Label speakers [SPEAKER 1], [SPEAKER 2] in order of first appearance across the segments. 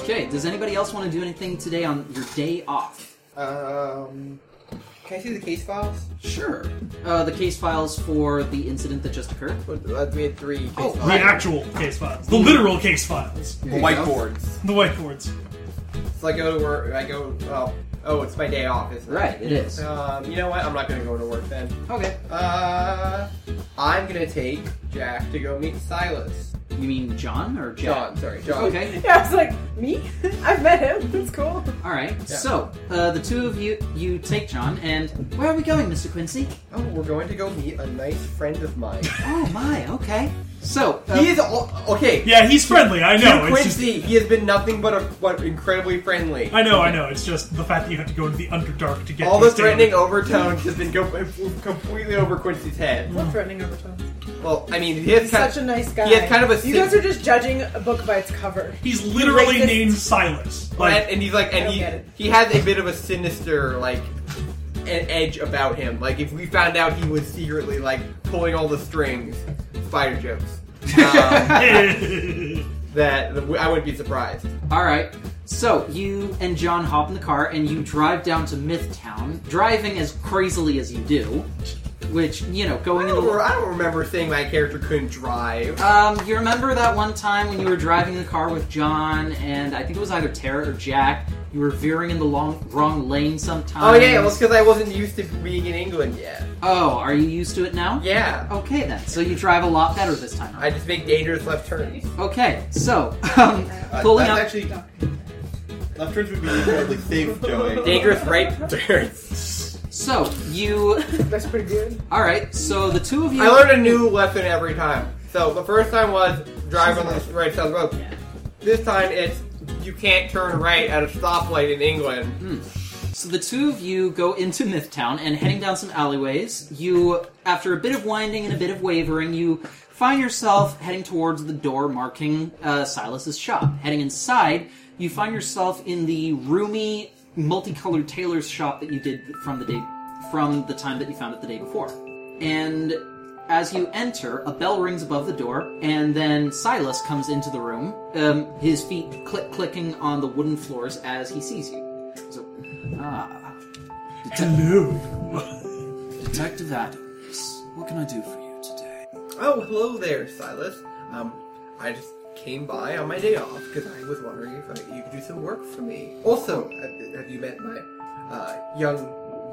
[SPEAKER 1] Okay, does anybody else want to do anything today on your day off?
[SPEAKER 2] Um, can I see the case files?
[SPEAKER 1] Sure. Uh, the case files for the incident that just occurred.
[SPEAKER 2] Uh, We had three case
[SPEAKER 1] Oh,
[SPEAKER 2] files.
[SPEAKER 3] The actual case files. The literal case files.
[SPEAKER 2] Here
[SPEAKER 4] The
[SPEAKER 2] you go.
[SPEAKER 4] whiteboards.
[SPEAKER 3] The whiteboards.
[SPEAKER 2] So I go to work. I go. Well, oh, it's my day off, isn't it?
[SPEAKER 1] Right, it is.
[SPEAKER 2] Um, you know what? I'm not gonna go to work then.
[SPEAKER 1] Okay.
[SPEAKER 2] Uh, I'm gonna take Jack to go meet Silas.
[SPEAKER 1] You mean John or Jack?
[SPEAKER 2] John, sorry, John.
[SPEAKER 1] Okay.
[SPEAKER 5] Yeah, I was like, me? I've met him. It's cool.
[SPEAKER 1] All right.
[SPEAKER 2] Yeah.
[SPEAKER 1] So uh, the two of you you take John and where are we going, Mr. Quincy?
[SPEAKER 2] Oh, we're going to go meet a nice friend of mine.
[SPEAKER 1] Oh my. Okay. So uh,
[SPEAKER 2] he is all, okay.
[SPEAKER 3] Yeah, he's friendly. I know.
[SPEAKER 2] Hugh
[SPEAKER 3] It's just,
[SPEAKER 2] Quincy, he has been nothing but a, but incredibly friendly.
[SPEAKER 3] I know. I know. It's just the fact that you have to go into the underdark to get
[SPEAKER 2] All
[SPEAKER 3] to
[SPEAKER 2] the
[SPEAKER 3] his table.
[SPEAKER 2] threatening overtones has been go, completely over Quincy's head.
[SPEAKER 5] Not threatening over time.
[SPEAKER 2] Well, I mean, he has
[SPEAKER 5] He's
[SPEAKER 2] kind
[SPEAKER 5] such a nice guy.
[SPEAKER 2] he has kind of a
[SPEAKER 5] You
[SPEAKER 2] sim-
[SPEAKER 5] guys are just judging a book by its cover.
[SPEAKER 3] He's literally
[SPEAKER 5] Racist.
[SPEAKER 3] named Silas.
[SPEAKER 2] and,
[SPEAKER 3] Like,
[SPEAKER 2] and he's like,
[SPEAKER 5] I
[SPEAKER 2] and
[SPEAKER 5] don't get it.
[SPEAKER 2] he he has a bit of a sinister like an edge about him. Like if we found out he was secretly like pulling all the strings, spider jokes. Um, that I wouldn't be surprised.
[SPEAKER 1] All right. So you and John hop in the car and you drive down to Mythtown, driving as crazily as you do, which you know
[SPEAKER 2] I
[SPEAKER 1] going in
[SPEAKER 2] don't, re-
[SPEAKER 1] the.
[SPEAKER 2] I don't remember saying my character couldn't
[SPEAKER 5] Uh,
[SPEAKER 2] drive.
[SPEAKER 1] Um, you remember that one time when you were driving in the car with John and I think it was either Tara or Jack. You were veering in the long wrong lane
[SPEAKER 2] Oh
[SPEAKER 1] sometimes.
[SPEAKER 2] yeah, well, it's because I wasn't used to being in England yet.
[SPEAKER 1] Oh, are you used to it now?
[SPEAKER 2] Yeah,
[SPEAKER 1] Okay then. So you drive a lot better this time.
[SPEAKER 2] I
[SPEAKER 1] Around.
[SPEAKER 2] just make dangerous left turns.
[SPEAKER 1] Okay. So um,
[SPEAKER 2] Uh,
[SPEAKER 1] pulling
[SPEAKER 4] Uh, that's
[SPEAKER 1] up.
[SPEAKER 4] actually left turns would be incredibly safe, Joey.
[SPEAKER 2] Dangerous right turns.
[SPEAKER 1] So you.
[SPEAKER 5] That's pretty good.
[SPEAKER 1] All right. So the two of you.
[SPEAKER 2] I learned a new lesson every time. So the first time was drive on the right side of the road. This time it's you can't turn right at a stoplight in England.
[SPEAKER 1] So the two of you go into Mythtown and heading down some alleyways, you, after a bit of winding and a bit of wavering, you find yourself heading towards the door marking uh, Silas's shop. Heading inside, you find yourself in the roomy, multicolored tailor's shop that you did from the day, from the time that you found it the day before. And as you enter, a bell rings above the door, and then Silas comes into the room, um, his feet click clicking on the wooden floors as he sees you. So, Ah,
[SPEAKER 3] hello.
[SPEAKER 1] Detective Adams, what can I do for you today?
[SPEAKER 2] Oh, hello there, Silas. Um, I just came by on my day off because I was wondering if I, you could do some work for me. Also, have, have you met my uh, young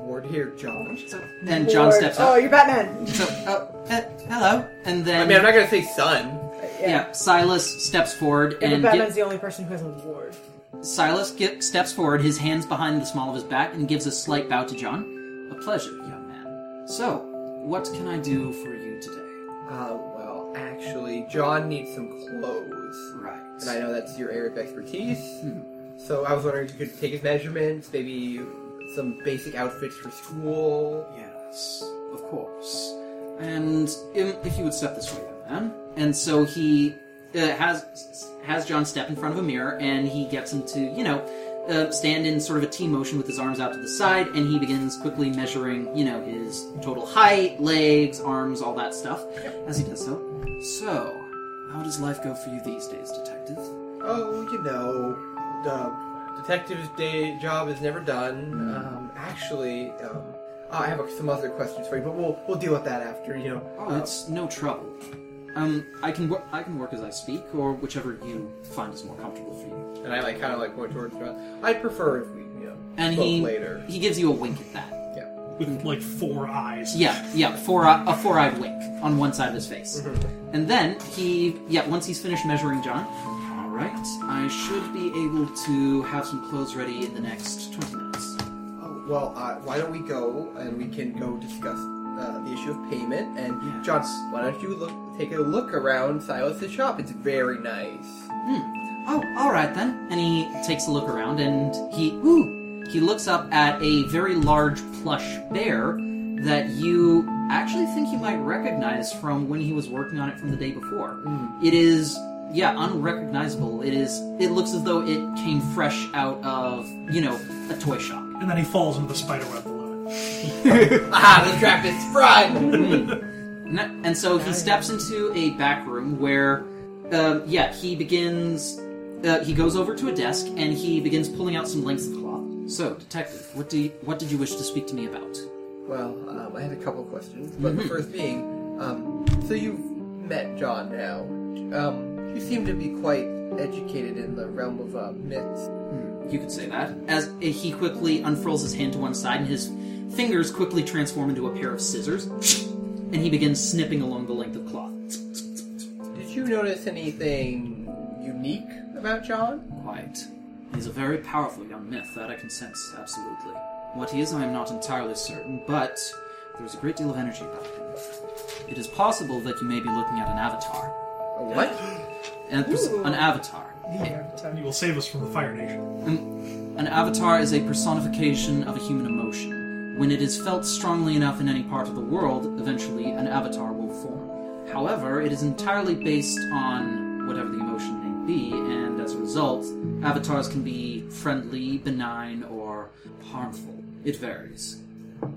[SPEAKER 2] ward here, John?
[SPEAKER 1] So, and John steps
[SPEAKER 5] Oh,
[SPEAKER 1] up.
[SPEAKER 5] you're Batman.
[SPEAKER 1] So, oh, eh, hello. And then,
[SPEAKER 2] I mean, I'm not gonna say son.
[SPEAKER 1] yeah. Silas steps forward
[SPEAKER 5] Yeah, but
[SPEAKER 1] and
[SPEAKER 5] Batman's
[SPEAKER 1] gi-
[SPEAKER 5] the only person who has a ward.
[SPEAKER 1] Silas gi- steps forward, his hands behind the small of his back, and gives a slight bow to John. A pleasure, young man. So, what can I do for you today?
[SPEAKER 2] Uh, well, actually, John needs some clothes,
[SPEAKER 1] Right.
[SPEAKER 2] and I know that's your area of expertise. So I was wondering if you could take his measurements, maybe some basic outfits for school.
[SPEAKER 1] Yes, of course. And um, if you would step this way, young man. And so he uh, has has John step in front of a mirror, and he gets him to you know uh, stand in sort of a T motion with his arms out to the side, and he begins quickly measuring you know his total height, legs, arms, all that stuff. As he does so, so how does life go for you these days, detective?
[SPEAKER 2] Oh, you know, the detective's day job is never done.
[SPEAKER 1] Mm.
[SPEAKER 2] Um, actually, um, I have some other questions for you, but we'll we'll deal with that after. You know.
[SPEAKER 1] Oh, it's no trouble. Um, I can wor- I can work as I speak, or whichever you find is more comfortable for you.
[SPEAKER 2] Um, and I like kind of like point towards John. I'd prefer if we you know
[SPEAKER 1] and
[SPEAKER 2] spoke
[SPEAKER 1] he
[SPEAKER 2] later.
[SPEAKER 1] he gives you a wink at that.
[SPEAKER 2] Yeah.
[SPEAKER 3] With like four eyes.
[SPEAKER 1] Yeah, yeah, four eye, a four-eyed wink on one side of his face, and then he yeah once he's finished measuring John. All right, I should be able to have some clothes ready in the next twenty minutes.
[SPEAKER 2] Oh, well, uh, why don't we go and we can go discuss uh, the issue of payment? And
[SPEAKER 1] Yeah.
[SPEAKER 2] John, why don't you look take a look around Silas's shop? It's very nice.
[SPEAKER 1] Oh, all right then. And he takes a look around and he ooh he looks up at a very large plush bear that you actually think you might recognize from when he was working on it from the day before.
[SPEAKER 2] Hmm.
[SPEAKER 1] It is yeah, unrecognizable. It is it looks as though it came fresh out of, you know, a toy shop.
[SPEAKER 3] And then he falls into the spider web below it.
[SPEAKER 2] ah, the trap is sprung.
[SPEAKER 1] And, that- and so he steps into a back room where, um, yeah, he begins uh, he goes over to a desk and he begins pulling out some lengths of cloth. So, detective, what do you, what did you wish to speak to me about?
[SPEAKER 2] Well, um, I had a couple questions, but the first being, um, so you've met John now. Um, you seem to be quite educated in the realm of uh, myths.
[SPEAKER 1] You could say that. As he quickly unfurls his hand to one side and his fingers quickly transform into a pair of scissors, and he begins snipping along the length of cloth.
[SPEAKER 2] Did you notice anything unique about John?
[SPEAKER 1] Quite. He's a very powerful young myth, that I can sense, absolutely. What he is, I am not entirely certain, but there is a great deal of energy about him. It is possible that you may be looking at an avatar.
[SPEAKER 2] A what?
[SPEAKER 1] An, an avatar.
[SPEAKER 3] You will save us from the Fire Nation.
[SPEAKER 1] An avatar is a personification of a human emotion. When it is felt strongly enough in any part of the world, eventually an avatar will form. However, it is entirely based on whatever the emotion may be, and as a result, avatars can be friendly, benign, or harmful. It varies.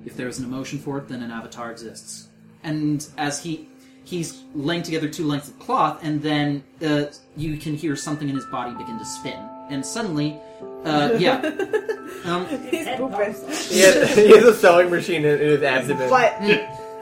[SPEAKER 1] If there is an emotion for it, then an avatar exists. And as he he's laying together two lengths of cloth, and then uh, you can hear something in his body begin to spin, and suddenly, uh, yeah, um,
[SPEAKER 5] He's pooping.
[SPEAKER 2] He has, he has a sewing machine in, in his abdomen.
[SPEAKER 5] But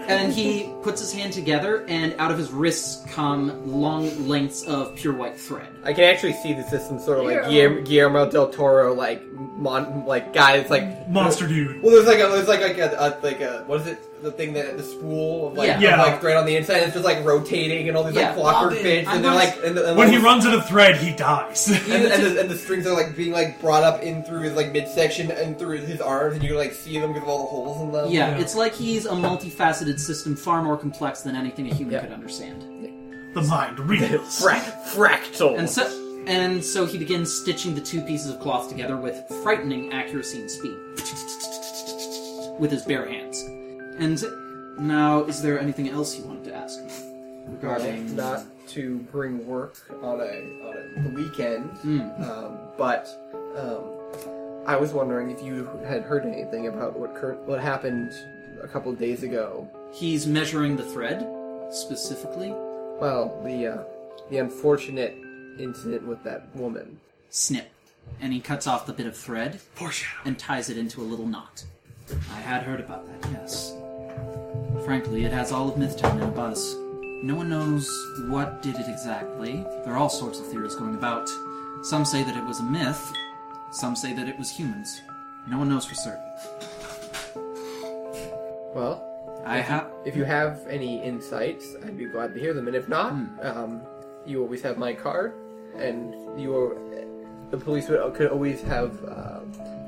[SPEAKER 1] and he puts his hand together, and out of his wrists come long lengths of pure white thread.
[SPEAKER 2] I can actually see this as some sort of like Guillermo, Guillermo del Toro like mon, like guy that's like
[SPEAKER 3] Monster dude.
[SPEAKER 2] Well, there's like a there's like like a, a like a what is it the thing that the spool of like
[SPEAKER 1] Yeah.
[SPEAKER 2] of,
[SPEAKER 3] Yeah.
[SPEAKER 2] like thread on the inside it's just like rotating and all these
[SPEAKER 1] Yeah.
[SPEAKER 2] like clockwork
[SPEAKER 5] Robin,
[SPEAKER 2] bits
[SPEAKER 1] I'm
[SPEAKER 2] and they're
[SPEAKER 1] not-
[SPEAKER 2] like and the, and
[SPEAKER 3] When he
[SPEAKER 2] the-
[SPEAKER 3] runs out of thread, he dies.
[SPEAKER 2] and, the- and the, and the strings are like being like brought up in through his like midsection and through his arms and you can like see them because of all the holes in them.
[SPEAKER 1] Yeah,
[SPEAKER 3] Yeah.
[SPEAKER 1] it's like he's a multifaceted system, far more complex than anything a human
[SPEAKER 2] Yeah.
[SPEAKER 1] could understand.
[SPEAKER 3] the mind reels.
[SPEAKER 2] Frac- fractal.
[SPEAKER 1] And so, and so he begins stitching the two pieces of cloth together with frightening accuracy and speed, with his bare hands. And now, is there anything else you wanted to ask me regarding?
[SPEAKER 2] not to bring work on a on a the weekend,
[SPEAKER 1] Mm.
[SPEAKER 2] um, but um, I was wondering if you had heard anything about what current what happened a couple of days ago.
[SPEAKER 1] He's measuring the thread specifically.
[SPEAKER 2] Well, the uh, the unfortunate incident with that woman.
[SPEAKER 1] Snip, and he cuts off the bit of thread
[SPEAKER 3] Foreshadow.
[SPEAKER 1] and ties it into a little knot. I had heard about that. Yes. Frankly, it has all of Mythtown in a buzz. No one knows what did it exactly. There are all sorts of theories going about. Some say that it was a myth. Some say that it was humans. No one knows for certain.
[SPEAKER 2] Well,
[SPEAKER 1] I have.
[SPEAKER 2] if you have any insights, I'd be glad to hear them, and if not, um, you always have my card, and you are, the police would, could always have uh,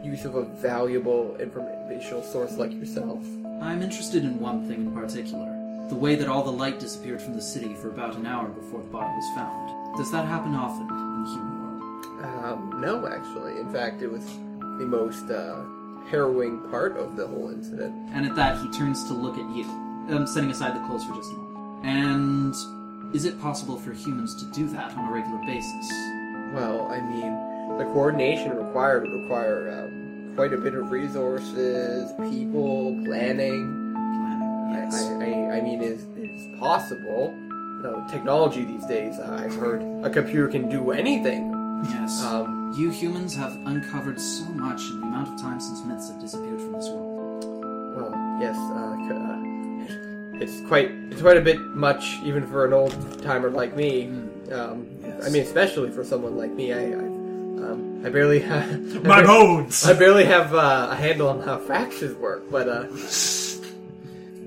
[SPEAKER 2] use of a valuable informational source like yourself.
[SPEAKER 1] I'm interested in one thing in particular the way that all the light disappeared from the city for about an hour before the body was found. Does that happen often in the human world?
[SPEAKER 2] Um, no, actually. In fact, it was the most uh, harrowing part of the whole incident.
[SPEAKER 1] And at that, he turns to look at you, um, setting aside the clothes for just a moment. And is it possible for humans to do that on a regular basis?
[SPEAKER 2] Well, I mean, the coordination required would require um, quite a bit of resources, people, planning.
[SPEAKER 1] Planning,
[SPEAKER 2] I,
[SPEAKER 1] yes.
[SPEAKER 2] I, I, I mean, is is possible? No, technology these days. uh, I've heard a computer can do anything.
[SPEAKER 1] Yes.
[SPEAKER 2] Um,
[SPEAKER 1] you humans have uncovered so much in the amount of time since myths have disappeared from this world.
[SPEAKER 2] well, yes. Uh, c- uh, it's quite it's quite a bit much even for an old timer like me. Um, I mean, especially for someone like me, I I, um, I barely have
[SPEAKER 3] My bones.
[SPEAKER 2] I barely have uh, a handle on how faxes work, but uh,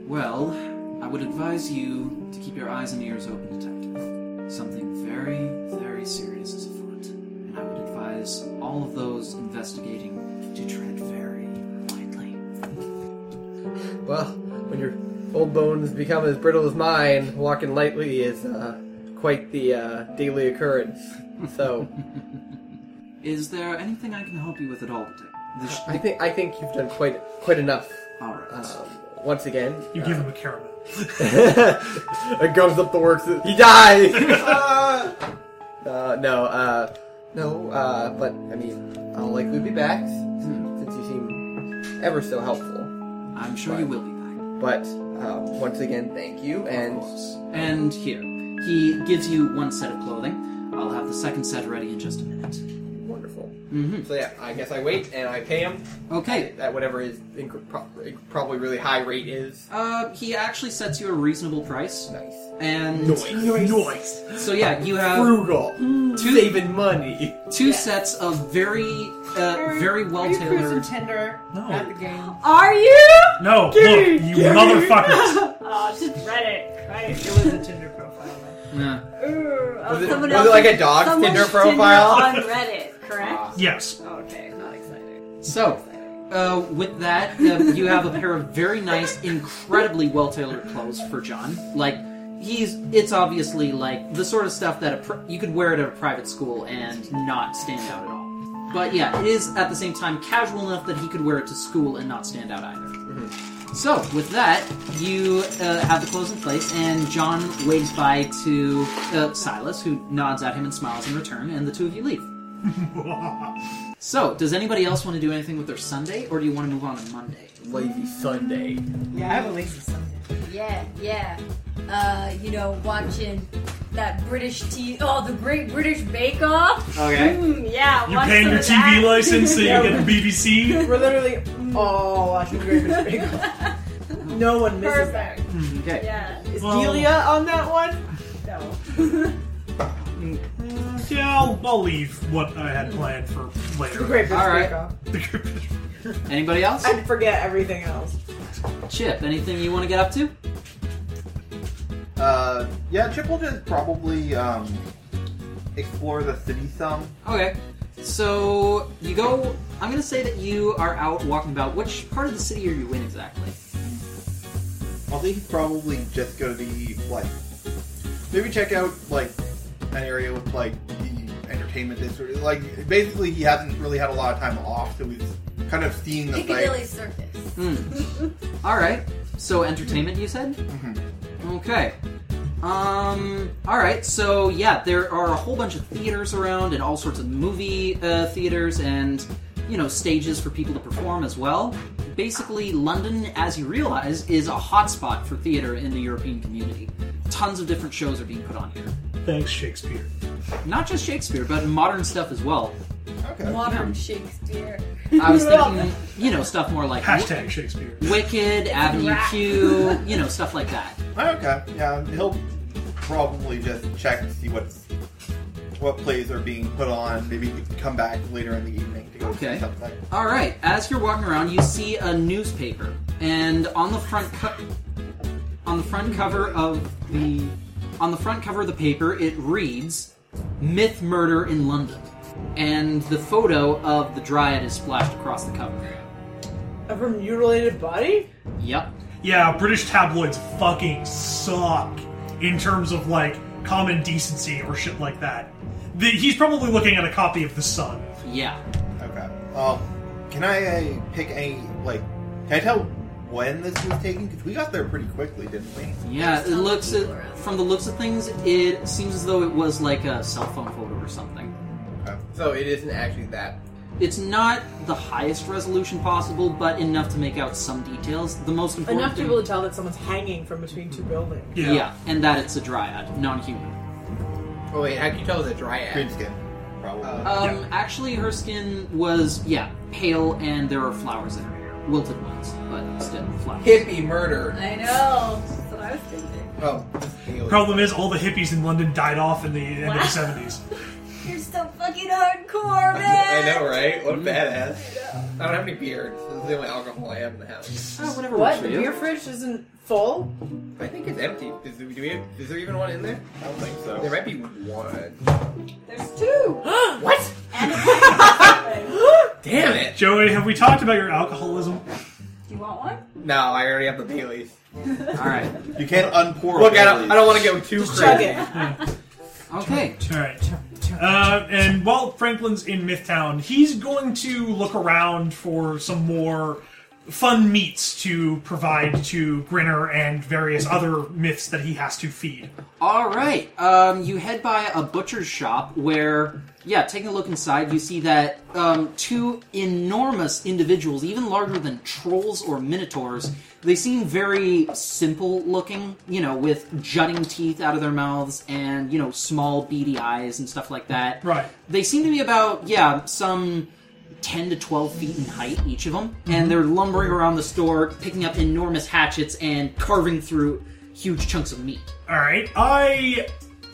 [SPEAKER 1] Well, I would advise you to keep your eyes and ears open, Detective. Something very, very serious is afoot. And I would advise all of those investigating to tread very lightly.
[SPEAKER 2] well, when your old bones become as brittle as mine, walking lightly is uh, quite the uh, daily occurrence. So
[SPEAKER 1] Is there anything I can help you with at all, Detective? The sh-
[SPEAKER 2] I think I think you've done quite quite enough.
[SPEAKER 1] all right.
[SPEAKER 2] Um, once again,
[SPEAKER 3] You give him a caramel.
[SPEAKER 2] it gums up the works. He dies. Ah! uh, no, uh, no. Uh, but I mean, I'll likely be back since you seem ever so helpful.
[SPEAKER 1] I'm sure you will be back.
[SPEAKER 2] But um, once again, thank you, and
[SPEAKER 1] And here, he gives you one set of clothing. I'll have the second set ready in just a minute.
[SPEAKER 2] Wonderful.
[SPEAKER 1] hmm
[SPEAKER 2] So yeah, I guess I wait and I pay him
[SPEAKER 1] Okay.
[SPEAKER 2] at whatever his inc- pro- probably really high rate is.
[SPEAKER 1] Uh, he actually sets you a reasonable price,
[SPEAKER 2] Nice.
[SPEAKER 1] and
[SPEAKER 2] Noise.
[SPEAKER 3] Noise.
[SPEAKER 1] so yeah, you
[SPEAKER 2] Uh,
[SPEAKER 1] have
[SPEAKER 2] Frugal. Saving money.
[SPEAKER 1] two sets of very, uh, very well
[SPEAKER 5] Are you
[SPEAKER 1] tailored.
[SPEAKER 5] cruising Tinder
[SPEAKER 3] No.
[SPEAKER 5] at the game?
[SPEAKER 6] Are you?
[SPEAKER 3] No, look, you motherfuckers.
[SPEAKER 6] Oh, just Reddit. Right.
[SPEAKER 5] It was a Tinder profile.
[SPEAKER 1] Yeah.
[SPEAKER 6] Ooh, oh,
[SPEAKER 2] Was it-
[SPEAKER 6] someone
[SPEAKER 2] was it
[SPEAKER 6] else's-
[SPEAKER 2] like a dog's
[SPEAKER 6] someone's
[SPEAKER 2] Tinder profile?
[SPEAKER 6] on Reddit, correct?
[SPEAKER 3] Yes.
[SPEAKER 5] Oh,
[SPEAKER 6] okay, not exciting.
[SPEAKER 1] So. Uh, with that, uh, you have a pair of very nice, incredibly well tailored clothes for John. Like, he's, it's obviously like the sort of stuff that a pr- you could wear it at a private school and not stand out at all. But yeah, it is at the same time casual enough that he could wear it to school and not stand out either. So, with that, you uh, have the clothes in place, and John waves bye to uh, Silas, who nods at him and smiles in return, and the two of you leave. So, does anybody else want to do anything with their Sunday, or do you want to move on to Monday?
[SPEAKER 2] Lazy Sunday.
[SPEAKER 5] Yeah, I have a lazy Sunday.
[SPEAKER 6] Yeah.
[SPEAKER 7] Yeah. Uh, you know, watching that British tea. Oh, the Great British Bake Off.
[SPEAKER 1] Okay.
[SPEAKER 7] Mm, yeah.
[SPEAKER 3] You're
[SPEAKER 7] watch
[SPEAKER 3] paying
[SPEAKER 7] some
[SPEAKER 3] your
[SPEAKER 7] of
[SPEAKER 3] TV
[SPEAKER 7] that.
[SPEAKER 3] license so you get the BBC.
[SPEAKER 5] We're literally all watching Great British Bake Off. No one misses
[SPEAKER 7] Perfect.
[SPEAKER 1] Okay.
[SPEAKER 7] Yeah.
[SPEAKER 5] that. Is
[SPEAKER 3] Well-
[SPEAKER 5] Delia on that one?
[SPEAKER 7] No.
[SPEAKER 3] Yeah, I'll, I'll leave what I had planned for
[SPEAKER 5] The
[SPEAKER 3] later.
[SPEAKER 5] Great British
[SPEAKER 1] All right.
[SPEAKER 5] Bake Off.
[SPEAKER 1] Anybody else?
[SPEAKER 5] I forget everything else.
[SPEAKER 1] Chip, anything you want to get up to?
[SPEAKER 4] Uh, yeah, Chip will just probably um, explore the city some.
[SPEAKER 1] Okay. So, you go. I'm going to say that you are out walking about. Which part of the city are you in exactly?
[SPEAKER 4] I think he's probably just gonna be like, maybe check out like an area with like the entertainment district. Like, basically, he hasn't really had a lot of time off, so he's kind of seeing the
[SPEAKER 7] Piccadilly
[SPEAKER 4] sights.
[SPEAKER 7] Circus.
[SPEAKER 1] Hmm. All right. So entertainment, you said. Okay. Um. All right. So yeah, there are a whole bunch of theaters around, and all sorts of movie uh, theaters, and you know stages for people to perform as well. Basically, London, as you realize, is a hotspot for theater in the European community. Tons of different shows are being put on here.
[SPEAKER 3] Thanks, Shakespeare.
[SPEAKER 1] Not just Shakespeare, but modern stuff as well.
[SPEAKER 4] Okay.
[SPEAKER 7] Modern Shakespeare.
[SPEAKER 1] I was thinking, you know, stuff more like
[SPEAKER 3] Hashtag Shakespeare.
[SPEAKER 1] Wicked, Avenue
[SPEAKER 7] Rat.
[SPEAKER 1] Q, you know, stuff like that.
[SPEAKER 4] Okay. Yeah, he'll probably just check to see what's what plays are being put on. Maybe he could come back later in the evening to go
[SPEAKER 1] Okay.
[SPEAKER 4] see something.
[SPEAKER 1] All right. As you're walking around, you see a newspaper, and on the front co- on the front cover of the on the front cover of the paper, it reads "Myth Murder in London," and the photo of the dryad is splashed across the cover.
[SPEAKER 5] Of her mutilated body?
[SPEAKER 1] Yep.
[SPEAKER 3] Yeah, British tabloids fucking suck in terms of like common decency or shit like that. The, he's probably looking at a copy of The Sun.
[SPEAKER 1] Yeah.
[SPEAKER 4] Okay. Um, can I uh, pick a like? Can I tell when this was taken? Because we got there pretty quickly, didn't we?
[SPEAKER 1] Yeah. It
[SPEAKER 7] There's some
[SPEAKER 1] looks
[SPEAKER 7] people around.
[SPEAKER 1] from the looks of things, it seems as though it was like a cell phone photo or something.
[SPEAKER 2] So it isn't actually that.
[SPEAKER 1] It's not the highest resolution possible, but enough to make out some details. The most important
[SPEAKER 5] Enough to be
[SPEAKER 1] thing-
[SPEAKER 5] able to tell that someone's hanging from between two buildings.
[SPEAKER 1] Yeah. and that it's a dryad, non-human.
[SPEAKER 2] Oh wait, how can you tell it's a
[SPEAKER 4] Green
[SPEAKER 2] dryad?
[SPEAKER 4] skin, probably.
[SPEAKER 2] Uh,
[SPEAKER 1] Um,
[SPEAKER 3] Yeah.
[SPEAKER 1] actually, her skin was yeah pale, and there are flowers in her hair, wilted ones, but still flowers.
[SPEAKER 2] Hippie murder.
[SPEAKER 7] I know. That's what I was thinking.
[SPEAKER 2] Oh, this is alien.
[SPEAKER 3] Problem is, all the hippies in London died off in the end of the
[SPEAKER 7] Wow.
[SPEAKER 3] seventies.
[SPEAKER 7] You're so fucking hardcore,
[SPEAKER 2] I
[SPEAKER 7] man.
[SPEAKER 2] know, right? What a badass. I don't have any beer. This is the only alcohol I have in the house.
[SPEAKER 1] Uh, whatever works
[SPEAKER 5] What?
[SPEAKER 1] for
[SPEAKER 5] The
[SPEAKER 1] you.
[SPEAKER 5] beer fridge isn't full?
[SPEAKER 2] I think it's empty. Is, do we have, is there even one in there?
[SPEAKER 4] I don't think so.
[SPEAKER 2] There might be one.
[SPEAKER 7] There's two.
[SPEAKER 2] What?
[SPEAKER 7] And a Do
[SPEAKER 2] Damn it!
[SPEAKER 3] Joey, have we talked about your alcoholism?
[SPEAKER 7] you want one?
[SPEAKER 2] No, I already have the Baileys.
[SPEAKER 1] All right,
[SPEAKER 4] You can't unpour.
[SPEAKER 2] Look, I
[SPEAKER 4] at
[SPEAKER 2] don't, I don't want to go too
[SPEAKER 5] Just chug
[SPEAKER 2] crazy.
[SPEAKER 5] it.
[SPEAKER 1] okay.
[SPEAKER 3] All right. Uh, and while Franklin's in Mythtown, he's going to look around for some more
[SPEAKER 8] fun meats to provide to Grinner and various other myths that he has to feed.
[SPEAKER 1] All right. Um, you head by a butcher's shop where, yeah, taking a look inside, you see that um, two enormous individuals, even larger than trolls or minotaurs, they seem very simple looking, you know, with jutting teeth out of their mouths and, you know, small beady eyes and stuff like that.
[SPEAKER 8] Right.
[SPEAKER 1] They seem to be about, yeah, some 10 to 12 feet in height, each of them, and they're lumbering around the store, picking up enormous hatchets and carving through huge chunks of meat.
[SPEAKER 8] All right, I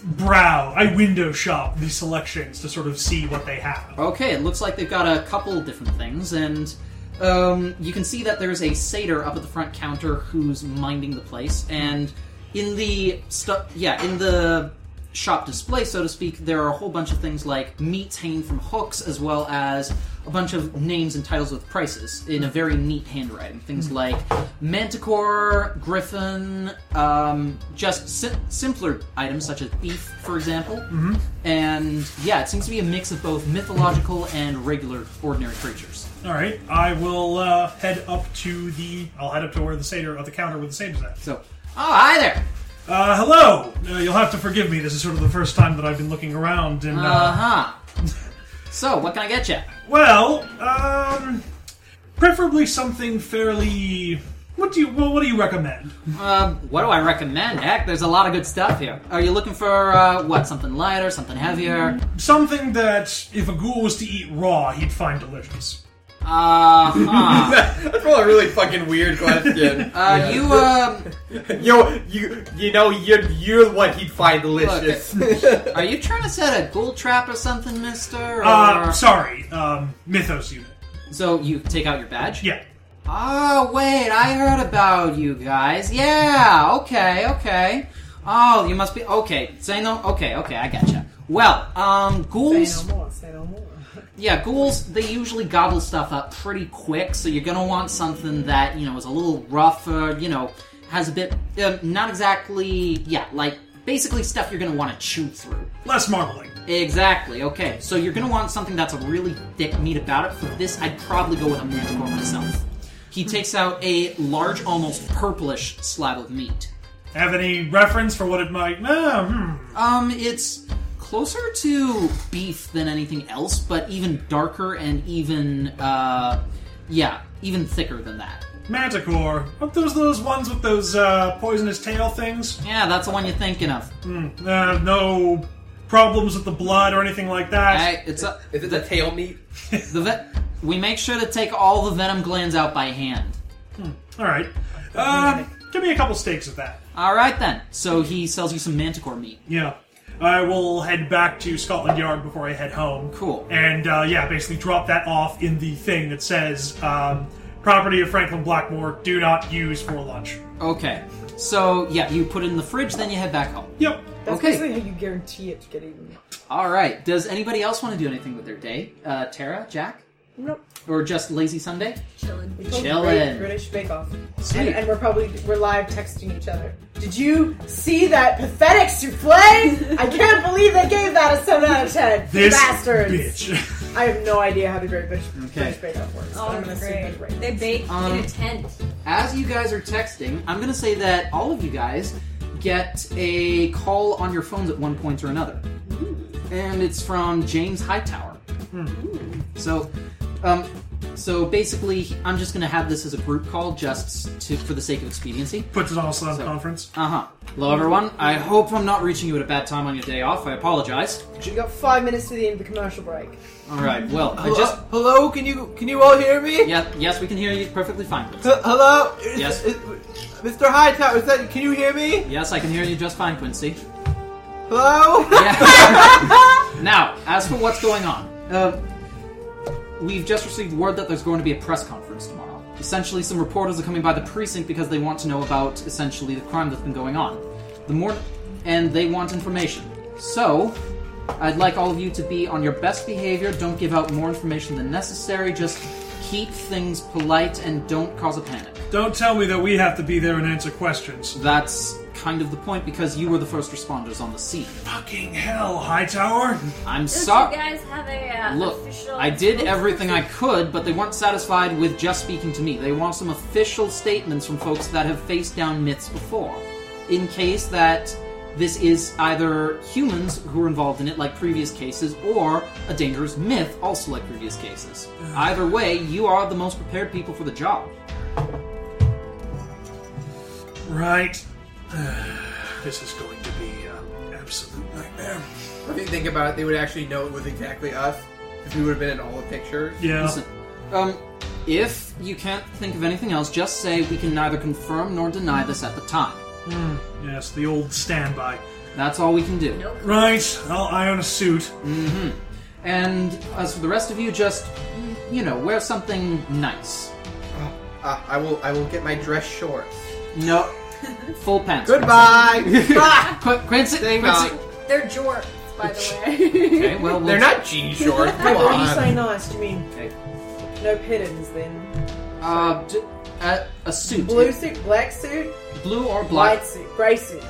[SPEAKER 8] brow, I window shop the selections to sort of see what they have.
[SPEAKER 1] Okay, it looks like they've got a couple different things, and um, you can see that there's a satyr up at the front counter who's minding the place, and in the stuff, yeah, in the shop display, so to speak, there are a whole bunch of things like meats hanging from hooks, as well as a bunch of names and titles with prices in a very neat handwriting. Things like manticore, griffin, um, just sim- simpler items such as beef, for example. And yeah, it seems to be a mix of both mythological and regular, ordinary creatures.
[SPEAKER 8] All right, I will uh, head up to the. I'll head up to where the satyr at the counter with the satyr's at.
[SPEAKER 1] So, oh, hi there.
[SPEAKER 8] Uh, hello. Uh, you'll have to forgive me. This is sort of the first time that I've been looking around, and uh,
[SPEAKER 1] Uh huh. so, what can I get you?
[SPEAKER 8] well, um, preferably something fairly. What do you? Well, what do you recommend?
[SPEAKER 1] Um, what do I recommend? Heck, there's a lot of good stuff here. Are you looking for uh, what? Something lighter, something heavier?
[SPEAKER 8] Something that if a ghoul was to eat raw, he'd find delicious.
[SPEAKER 1] Uh huh.
[SPEAKER 2] That's probably a really fucking weird question.
[SPEAKER 1] Uh, you um,
[SPEAKER 2] Yo, you you know you're you're what he'd find delicious.
[SPEAKER 1] are you trying to set a ghoul trap or something, Mister? Or...
[SPEAKER 8] Uh, sorry, um, Mythos unit.
[SPEAKER 1] so you take out your badge.
[SPEAKER 8] Yeah.
[SPEAKER 1] Oh wait, I heard about you guys. Yeah, okay, okay. Oh, you must be okay. Say no. Okay, okay, I gotcha. Well, um, ghouls.
[SPEAKER 5] Say no more. Say no more.
[SPEAKER 1] Yeah, ghouls, they usually gobble stuff up pretty quick, so you're gonna want something that, you know, is a little rougher, you know, has a bit, um, not exactly, yeah, like, basically stuff you're gonna wanna chew through.
[SPEAKER 8] Less marbling.
[SPEAKER 1] Exactly, okay, so you're gonna want something that's a really thick meat about it. For this, I'd probably go with a manticore myself. He takes out a large, almost purplish slab of meat.
[SPEAKER 8] Have any reference for what it might? Uh, hmm.
[SPEAKER 1] Um, it's closer to beef than anything else, but even darker and even, uh, yeah, even thicker than that.
[SPEAKER 8] Manticore. Aren't those those ones with those uh, poisonous tail things?
[SPEAKER 1] Yeah, that's the one you're thinking of.
[SPEAKER 8] Uh, no problems with the blood or anything like that.
[SPEAKER 1] Hey, it's a,
[SPEAKER 2] Is it the tail meat?
[SPEAKER 1] the vet. We make sure to take all the venom glands out by hand.
[SPEAKER 8] All right. Um, give me a couple steaks of that.
[SPEAKER 1] All right then. So he sells you some manticore meat.
[SPEAKER 8] Yeah. I will head back to Scotland Yard before I head home.
[SPEAKER 1] Cool.
[SPEAKER 8] And uh, yeah, basically drop that off in the thing that says um, property of Franklin Blackmore, do not use for lunch.
[SPEAKER 1] Okay. So yeah, you put it in the fridge, then you head back home.
[SPEAKER 8] Yep.
[SPEAKER 5] That's
[SPEAKER 1] Okay.
[SPEAKER 5] basically how you guarantee it to get eaten.
[SPEAKER 1] All right. Does anybody else want to do anything with their day? Uh, Tara, Jack,
[SPEAKER 5] Nope.
[SPEAKER 1] or just lazy Sunday?
[SPEAKER 5] We told
[SPEAKER 1] Chillin'.
[SPEAKER 5] Great British Bake Off.
[SPEAKER 1] Sweet.
[SPEAKER 5] And, and we're probably we're live texting each other. Did you see that pathetic souffle? I can't believe they gave that a seven out of ten.
[SPEAKER 8] This
[SPEAKER 5] Bastards!
[SPEAKER 8] bitch.
[SPEAKER 5] I have no idea how the Great British,
[SPEAKER 1] Okay.
[SPEAKER 5] British Bake Off works.
[SPEAKER 7] Oh,
[SPEAKER 5] I'm gonna assume
[SPEAKER 7] great.
[SPEAKER 5] it's right.
[SPEAKER 7] They bake
[SPEAKER 1] Um,
[SPEAKER 7] in a tent.
[SPEAKER 1] As you guys are texting, I'm going to say that all of you guys get a call on your phones at one point or another. And it's from James Hightower. Hmm. So, um, so basically, I'm just going to have this as a group call just to, for the sake of expediency.
[SPEAKER 8] Puts it on a slam
[SPEAKER 1] So-
[SPEAKER 8] conference.
[SPEAKER 1] Uh huh. Hello, everyone. I hope I'm not reaching you at a bad time on your day off. I apologize.
[SPEAKER 5] You got five minutes to the end of the commercial break.
[SPEAKER 1] All right. Well, I just
[SPEAKER 2] hello. Can you can you all hear me?
[SPEAKER 1] yeah, yes, we can hear you perfectly fine.
[SPEAKER 2] H- hello. Is-
[SPEAKER 1] Yes.
[SPEAKER 2] is- Mr. Hightower, is that? Can you hear me?
[SPEAKER 1] Yes, I can hear you just fine, Quincy.
[SPEAKER 2] Hello.
[SPEAKER 1] Yeah. now, as for what's going on,
[SPEAKER 2] Um,
[SPEAKER 1] uh, we've just received word that there's going to be a press conference tomorrow. Essentially, some reporters are coming by the precinct because they want to know about essentially the crime that's been going on. The more, and they want information. So, I'd like all of you to be on your best behavior. Don't give out more information than necessary. Just keep things polite and don't cause a panic.
[SPEAKER 8] Don't tell me that we have to be there and answer questions.
[SPEAKER 1] That's kind of the point because you were the first responders on the scene.
[SPEAKER 3] Fucking hell, Hightower!
[SPEAKER 1] I'm
[SPEAKER 7] Don't you
[SPEAKER 1] sorry.
[SPEAKER 7] guys have a uh,
[SPEAKER 1] Look,
[SPEAKER 7] official
[SPEAKER 1] I did everything I could, but they weren't satisfied with just speaking to me. They want some official statements from folks that have faced down myths before, in case that this is either humans who were involved in it, like previous cases, or a dangerous myth, also like previous cases. Either way, you are the most prepared people for the job.
[SPEAKER 3] Right. this is going to be an absolute nightmare.
[SPEAKER 2] If you think about it, they would actually know it was exactly us because we would have been in all the pictures.
[SPEAKER 3] Yeah.
[SPEAKER 1] Listen, um, if you can't think of anything else, just say we can neither confirm nor deny this at the time.
[SPEAKER 3] Yes, the old standby.
[SPEAKER 1] That's all we can do.
[SPEAKER 7] Nope.
[SPEAKER 3] Right, I'll iron a suit.
[SPEAKER 1] Mm-hmm. And as for the rest of you, just mm, you know, wear something nice.
[SPEAKER 2] Uh, I will. I will get my dress shorts.
[SPEAKER 1] No, full pants.
[SPEAKER 2] Goodbye.
[SPEAKER 1] Qu- Quincy.
[SPEAKER 2] Stay
[SPEAKER 1] Quincy.
[SPEAKER 2] back.
[SPEAKER 7] They're jorts, by the way.
[SPEAKER 1] Okay, well, we'll
[SPEAKER 2] They're not jean shorts. Come
[SPEAKER 5] What do you
[SPEAKER 2] on.
[SPEAKER 5] say nice? You mean
[SPEAKER 1] Okay.
[SPEAKER 5] no pittance then?
[SPEAKER 1] Uh, d- a, a suit,
[SPEAKER 5] Blue suit, black suit,
[SPEAKER 1] Blue or black,
[SPEAKER 5] white suit, grey suit,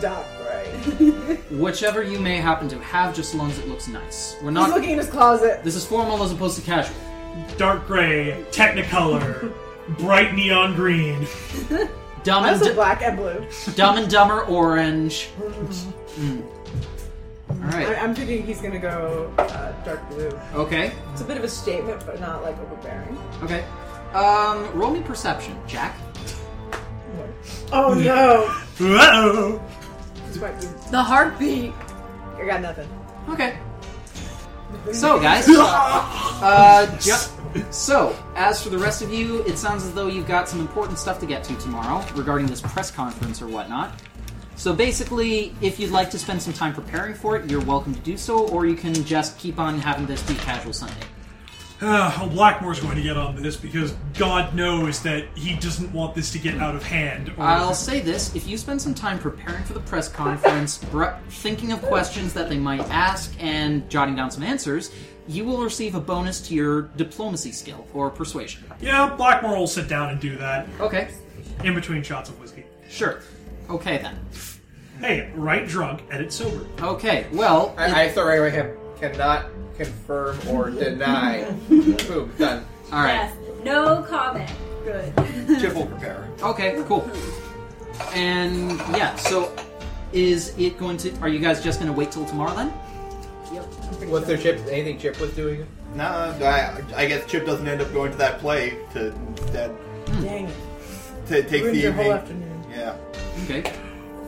[SPEAKER 5] dark grey. He's
[SPEAKER 1] whichever you may happen to have, just as long as it looks nice. We're not.
[SPEAKER 5] looking in his closet.
[SPEAKER 1] This is formal as opposed to casual.
[SPEAKER 3] Dark gray, technicolor, bright neon green.
[SPEAKER 1] Dumb
[SPEAKER 5] I
[SPEAKER 1] and
[SPEAKER 5] also
[SPEAKER 1] d-
[SPEAKER 5] black and blue.
[SPEAKER 1] dumb and dumber orange. Mm. All
[SPEAKER 5] I-
[SPEAKER 1] right.
[SPEAKER 5] I'm thinking he's gonna go uh, dark blue.
[SPEAKER 1] Okay.
[SPEAKER 5] It's a bit of a statement, but not like overbearing.
[SPEAKER 1] Okay. Um, roll me perception, Jack.
[SPEAKER 5] Oh no!
[SPEAKER 3] Uh-oh.
[SPEAKER 5] It's quite good.
[SPEAKER 7] the heartbeat.
[SPEAKER 5] I got nothing.
[SPEAKER 1] Okay. So, guys. Uh, ju- so, as for the rest of you, it sounds as though you've got some important stuff to get to tomorrow regarding this press conference or whatnot. So, basically, if you'd like to spend some time preparing for it, you're welcome to do so, or you can just keep on having this be casual Sunday.
[SPEAKER 3] Uh, Blackmore's going to get on this because God knows that he doesn't want this to get out of hand. or-
[SPEAKER 1] I'll say this: if you spend some time preparing for the press conference, br- thinking of questions that they might ask, and jotting down some answers, you will receive a bonus to your diplomacy skill or persuasion.
[SPEAKER 3] Yeah, Blackmore will sit down and do that
[SPEAKER 1] Okay,
[SPEAKER 3] in between shots of whiskey.
[SPEAKER 1] sure. Okay then.
[SPEAKER 3] Hey, right drunk, edit sober.
[SPEAKER 1] Okay. Well,
[SPEAKER 2] I, I sorry, I have, cannot confirm or deny. Boom, done.
[SPEAKER 1] all right.
[SPEAKER 7] Yes. No comment. Good.
[SPEAKER 4] Chip will prepare.
[SPEAKER 1] Okay. Cool. And yeah. So, is it going to? Are you guys just going to wait till tomorrow then?
[SPEAKER 2] What's their chip? Anything Chip was doing?
[SPEAKER 4] Nah, I, I guess Chip doesn't end up going to that play to instead
[SPEAKER 5] Dang it.
[SPEAKER 4] to take the
[SPEAKER 5] Ruined your
[SPEAKER 4] evening.
[SPEAKER 5] whole afternoon.
[SPEAKER 4] yeah.
[SPEAKER 1] Okay.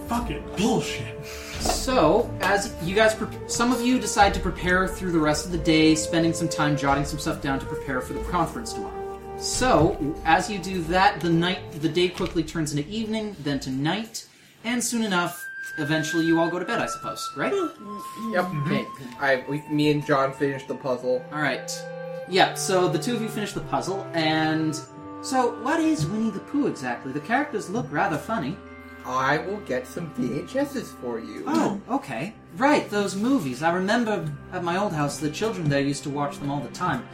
[SPEAKER 3] Fucking bullshit.
[SPEAKER 1] So, as you guys, pre- some of you decide to prepare through the rest of the day, spending some time jotting some stuff down to prepare for the conference tomorrow. So, as you do that, the night, the day quickly turns into evening, then to night, and soon enough, eventually you all go to bed, I suppose, right?
[SPEAKER 2] Yep.
[SPEAKER 1] Okay.
[SPEAKER 2] I, we, me and John finished the puzzle.
[SPEAKER 1] All right. Yeah. So the two of you finish the puzzle, and so what is Winnie the Pooh exactly? The characters look rather funny.
[SPEAKER 2] I will get some VHSs for you.
[SPEAKER 1] Oh, okay. Right, those movies. I remember at my old house, the children there used to watch them all the time.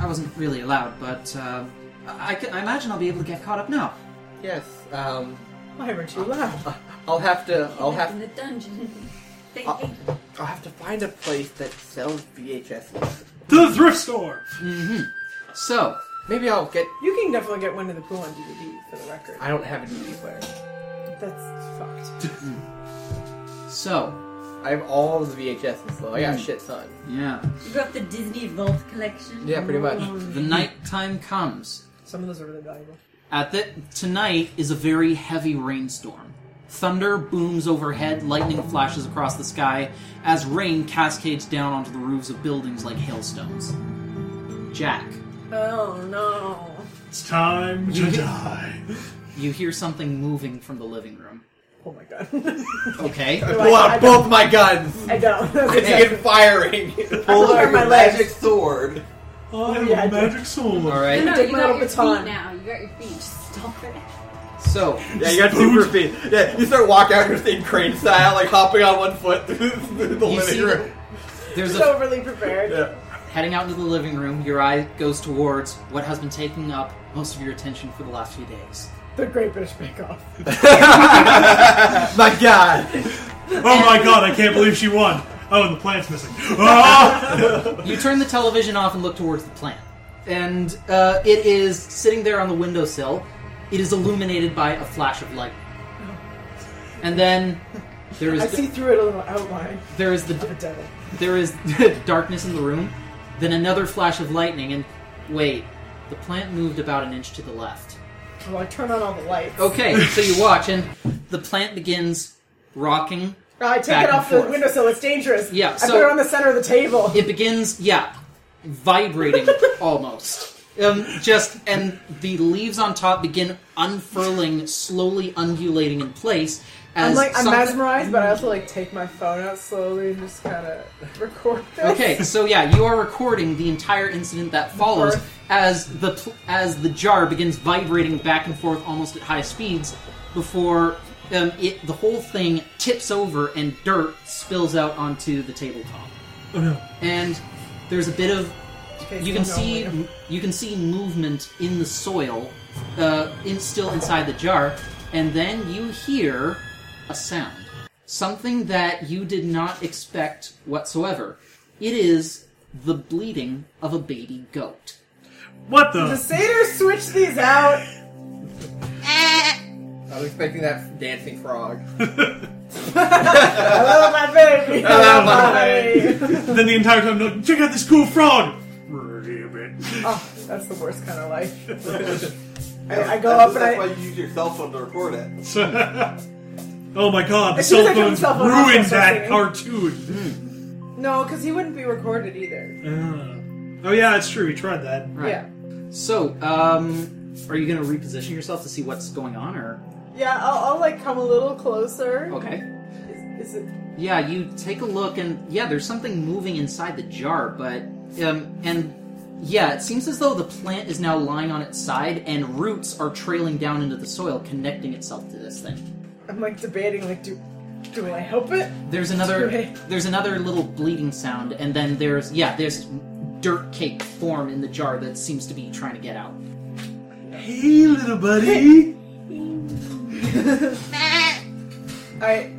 [SPEAKER 1] I wasn't really allowed, but uh, I, I can- I imagine I'll be able to get caught up now.
[SPEAKER 2] Yes. Um,
[SPEAKER 5] Why were too loud?
[SPEAKER 2] I'll have to. I'll
[SPEAKER 7] Back
[SPEAKER 2] have.
[SPEAKER 7] in the dungeon. They
[SPEAKER 1] Uh,
[SPEAKER 2] I'll,
[SPEAKER 7] ate
[SPEAKER 2] I'll have to find a place that sells VHSs.
[SPEAKER 3] To the thrift store!
[SPEAKER 1] So,
[SPEAKER 2] Maybe I'll get.
[SPEAKER 5] You can definitely get one of the pool on DVD for the record.
[SPEAKER 2] I don't have a DVD player.
[SPEAKER 5] That's fucked.
[SPEAKER 1] so,
[SPEAKER 2] I have all of the VHSs though. I got shit son.
[SPEAKER 1] yeah.
[SPEAKER 7] You got the Disney Vault collection.
[SPEAKER 2] Yeah, pretty much.
[SPEAKER 1] The night time comes.
[SPEAKER 5] Some of those are really valuable.
[SPEAKER 1] At the tonight is a very heavy rainstorm. Thunder booms overhead, lightning flashes across the sky as rain cascades down onto the roofs of buildings like hailstones. Jack,
[SPEAKER 5] Oh no.
[SPEAKER 3] It's time to die.
[SPEAKER 1] you hear something moving from the living room.
[SPEAKER 5] Oh my god. no,
[SPEAKER 1] Okay.
[SPEAKER 5] I-
[SPEAKER 2] Pull
[SPEAKER 5] I
[SPEAKER 2] out
[SPEAKER 5] don't-
[SPEAKER 2] both my guns.
[SPEAKER 5] I don't.
[SPEAKER 2] It's again firing.
[SPEAKER 5] Pull out my
[SPEAKER 2] magic
[SPEAKER 5] legs.
[SPEAKER 2] sword.
[SPEAKER 3] I have
[SPEAKER 5] Yeah, I
[SPEAKER 3] a
[SPEAKER 5] do.
[SPEAKER 3] Oh, magic sword.
[SPEAKER 1] All
[SPEAKER 7] No,
[SPEAKER 1] right.
[SPEAKER 7] no,
[SPEAKER 5] Take
[SPEAKER 7] you
[SPEAKER 5] my
[SPEAKER 7] got
[SPEAKER 5] little
[SPEAKER 7] your
[SPEAKER 5] baton.
[SPEAKER 7] feet now. You got your feet. Just stop it.
[SPEAKER 1] So,
[SPEAKER 2] Yeah, you got super feet. Yeah, you start walking out here staying crane style, like hopping on one foot through through the
[SPEAKER 1] You
[SPEAKER 2] living
[SPEAKER 1] see
[SPEAKER 2] room.
[SPEAKER 1] there's
[SPEAKER 5] He's
[SPEAKER 1] a
[SPEAKER 5] overly prepared.
[SPEAKER 2] Yeah.
[SPEAKER 1] heading out into the living room. Your eye goes towards what has been taking up most of your attention for the last few days:
[SPEAKER 5] The Great British Bake Off.
[SPEAKER 2] My God.
[SPEAKER 3] Oh my god, I can't believe she won. Oh, and the plant's missing. Ah!
[SPEAKER 1] You turn the television off and look towards the plant. And uh, it is sitting there on the windowsill. It is illuminated by a flash of light. And then there
[SPEAKER 5] Oh. I
[SPEAKER 1] is
[SPEAKER 5] see through it a little outline
[SPEAKER 1] there is
[SPEAKER 5] of a
[SPEAKER 1] the
[SPEAKER 5] devil.
[SPEAKER 1] there is darkness in the room. Then another flash of lightning and wait, the plant moved about an inch to the left.
[SPEAKER 5] Well, I turn on all the lights.
[SPEAKER 1] Okay, so you watch and the plant begins rocking.
[SPEAKER 5] I take
[SPEAKER 1] Back
[SPEAKER 5] it
[SPEAKER 1] and
[SPEAKER 5] off the
[SPEAKER 1] forth.
[SPEAKER 5] windowsill. It's dangerous.
[SPEAKER 1] Yeah,
[SPEAKER 5] I
[SPEAKER 1] so-
[SPEAKER 5] put it on the center of the table.
[SPEAKER 1] It begins yeah, vibrating almost. Um, just and the leaves on top begin unfurling, slowly undulating in place. As
[SPEAKER 5] I'm like I'm
[SPEAKER 1] some-
[SPEAKER 5] mesmerized, but I also like take my phone out slowly and just kind of record this.
[SPEAKER 1] Okay, so yeah, you are recording the entire incident that follows
[SPEAKER 5] Birth.
[SPEAKER 1] as the pl- as the jar begins vibrating back and forth almost at high speeds before um, it the whole thing tips over and dirt spills out onto the tabletop.
[SPEAKER 3] oh no.
[SPEAKER 1] And there's a bit of
[SPEAKER 5] Okay,
[SPEAKER 1] you
[SPEAKER 5] so
[SPEAKER 1] can
[SPEAKER 5] no
[SPEAKER 1] see
[SPEAKER 5] later.
[SPEAKER 1] you can see movement in the soil, uh, in still inside the jar, and then you hear a sound, something that you did not expect whatsoever. It is the bleeding of a baby goat.
[SPEAKER 3] What
[SPEAKER 5] The
[SPEAKER 3] the?
[SPEAKER 5] satyrs switch these out.
[SPEAKER 2] I was expecting that dancing frog.
[SPEAKER 5] I love my baby. I love my baby.
[SPEAKER 3] then the entire time, no, check out this cool frog! Ribbit.
[SPEAKER 5] oh, that's the worst kind of life.
[SPEAKER 4] That's-
[SPEAKER 5] I go up
[SPEAKER 4] that's-
[SPEAKER 5] and
[SPEAKER 4] that's
[SPEAKER 5] I-
[SPEAKER 4] why you use your cell phone to record it.
[SPEAKER 3] oh my god, the
[SPEAKER 5] As soon
[SPEAKER 3] cell
[SPEAKER 5] as I took the
[SPEAKER 3] phones
[SPEAKER 5] cell phone off, I
[SPEAKER 3] ruined
[SPEAKER 5] started
[SPEAKER 3] that
[SPEAKER 5] singing.
[SPEAKER 3] cartoon.
[SPEAKER 5] No, because he wouldn't be recorded either.
[SPEAKER 3] Uh, oh yeah, that's true, we tried that.
[SPEAKER 5] Yeah,
[SPEAKER 1] So, um, are you going to reposition yourself to see what's going on, or
[SPEAKER 5] yeah. I'll, I'll like come a little closer.
[SPEAKER 1] okay?
[SPEAKER 5] Is, is it?
[SPEAKER 1] Yeah, you take a look, and yeah, there's something moving inside the jar, but um, and yeah, it seems as though the plant is now lying on its side, and roots are trailing down into the soil, connecting itself to this thing.
[SPEAKER 5] I'm like debating. Like, do do I help it?
[SPEAKER 1] There's another,
[SPEAKER 5] Okay.
[SPEAKER 1] there's another little bleeding sound, and then there's yeah, there's dirt cake form in the jar that seems to be trying to get out.
[SPEAKER 3] Hey, little buddy!
[SPEAKER 5] I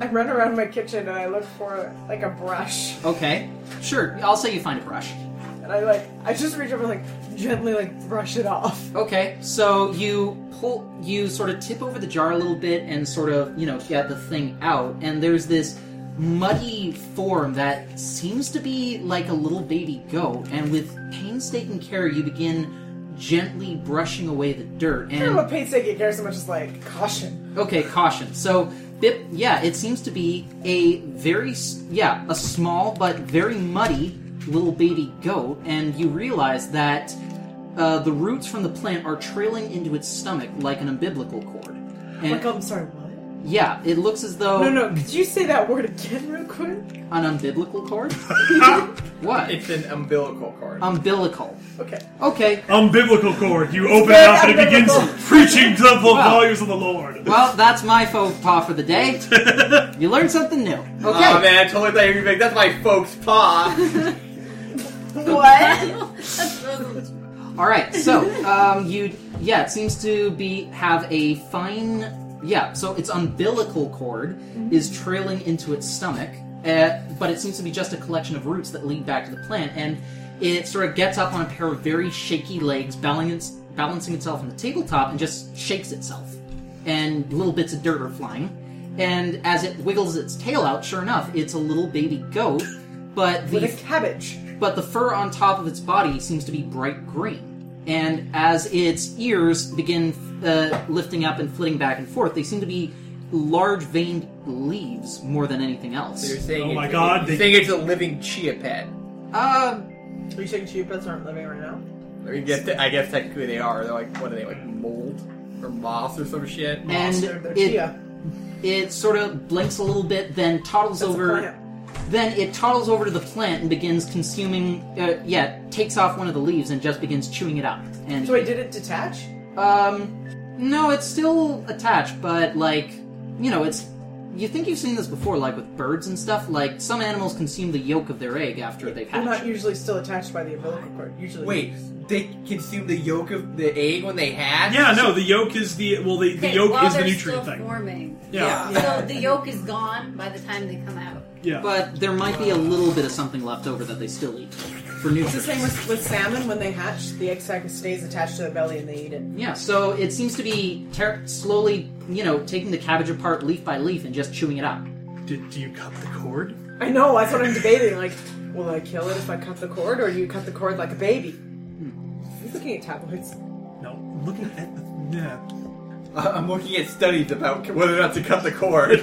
[SPEAKER 5] I run around my kitchen and I look for like a brush.
[SPEAKER 1] Okay, sure, I'll say you find a brush.
[SPEAKER 5] And I like, I just reach over, like, gently, like, brush it off.
[SPEAKER 1] Okay, so you pull, you sort of tip over the jar a little bit and sort of, you know, get the thing out, and there's this muddy form that seems to be like a little baby goat, and with painstaking care, you begin gently brushing away the dirt.
[SPEAKER 5] I don't know
[SPEAKER 1] And
[SPEAKER 5] what painstaking care so much as, like, caution.
[SPEAKER 1] okay, caution. So, Bip, yeah, it seems to be a very, s- yeah, a small but very muddy little baby goat, and you realize that uh, the roots from the plant are trailing into its stomach like an umbilical cord. And
[SPEAKER 5] I'm sorry, what?
[SPEAKER 1] yeah, it looks as though
[SPEAKER 5] No, no, could you say that word again real quick?
[SPEAKER 1] an umbilical cord. what?
[SPEAKER 2] It's an umbilical cord.
[SPEAKER 1] Um, Umbilical.
[SPEAKER 5] Okay.
[SPEAKER 1] Okay.
[SPEAKER 3] Unbiblical cord, you open
[SPEAKER 5] very
[SPEAKER 3] it up and it begins
[SPEAKER 5] unbiblical.
[SPEAKER 3] preaching to the
[SPEAKER 1] Wow.
[SPEAKER 3] volumes of the Lord.
[SPEAKER 1] Well, that's my faux pas for the day. you learned something new. Okay.
[SPEAKER 2] Oh man, I totally thought you were gonna be like, that's my folks' paw.
[SPEAKER 5] What?
[SPEAKER 7] That's those-
[SPEAKER 1] All right, so um, you yeah, it seems to be have a fine yeah. So its umbilical cord is trailing into its stomach, uh, but it seems to be just a collection of roots that lead back to the plant, and it sort of gets up on a pair of very shaky legs, balance, balancing itself on the tabletop, and just shakes itself, and little bits of dirt are flying. And as it wiggles its tail out, sure enough, it's a little baby goat, but the
[SPEAKER 5] With a cabbage.
[SPEAKER 1] but the fur on top of its body seems to be bright green. And as its ears begin uh, lifting up and flitting back and forth, they seem to be large veined leaves more than anything
[SPEAKER 2] You're
[SPEAKER 1] else.
[SPEAKER 2] saying
[SPEAKER 3] Oh my
[SPEAKER 2] it's-
[SPEAKER 3] God,
[SPEAKER 2] You're
[SPEAKER 3] they-
[SPEAKER 2] saying it's a living chia pet.
[SPEAKER 1] Uh,
[SPEAKER 5] Are you saying sheep pets aren't living right now?
[SPEAKER 2] I, mean, guess, I guess technically they are. They're like, what are they, like mold? Or moss or some shit?
[SPEAKER 1] and
[SPEAKER 5] they're- they're
[SPEAKER 1] it,
[SPEAKER 5] chia.
[SPEAKER 1] it sort of blinks a little bit, then toddles
[SPEAKER 5] That's a
[SPEAKER 1] over.
[SPEAKER 5] plant.
[SPEAKER 1] Then it toddles over to the plant and begins consuming. Uh, yeah, takes off one of the leaves and just begins chewing it up. And
[SPEAKER 5] So wait, did it detach?
[SPEAKER 1] Um, no, it's still attached, but like, you know, it's you think you've seen this before, like with birds and stuff. Like some animals consume the yolk of their egg after they've
[SPEAKER 5] They're not
[SPEAKER 1] hatched.
[SPEAKER 5] usually still attached by the umbilical cord. Usually,
[SPEAKER 2] Wait, they consume the yolk of the egg when they hatch?
[SPEAKER 8] Yeah, no, the yolk is the well, the, the
[SPEAKER 7] Okay,
[SPEAKER 8] yolk
[SPEAKER 7] while
[SPEAKER 8] is the
[SPEAKER 7] they're
[SPEAKER 8] nutrient
[SPEAKER 7] still
[SPEAKER 8] thing.
[SPEAKER 7] Forming.
[SPEAKER 8] Yeah,
[SPEAKER 7] So the yolk is gone by the time they come out.
[SPEAKER 8] yeah.
[SPEAKER 1] But there might be a little bit of something left over that they still eat for
[SPEAKER 5] It's the same
[SPEAKER 1] nutrients.
[SPEAKER 5] with, with salmon when they hatch. The egg sac stays attached to the belly and they eat it.
[SPEAKER 1] Yeah, so it seems to be ter- slowly, you know, taking the cabbage apart leaf by leaf and just chewing it up.
[SPEAKER 8] Did, do you cut the cord?
[SPEAKER 5] I know. That's what I'm debating. Like, will I kill it if I cut the cord, or do you cut the cord like a baby? You're looking at tabloids.
[SPEAKER 8] No, I'm looking at the, yeah.
[SPEAKER 2] Uh, I'm looking at studies about whether or not to cut the cord.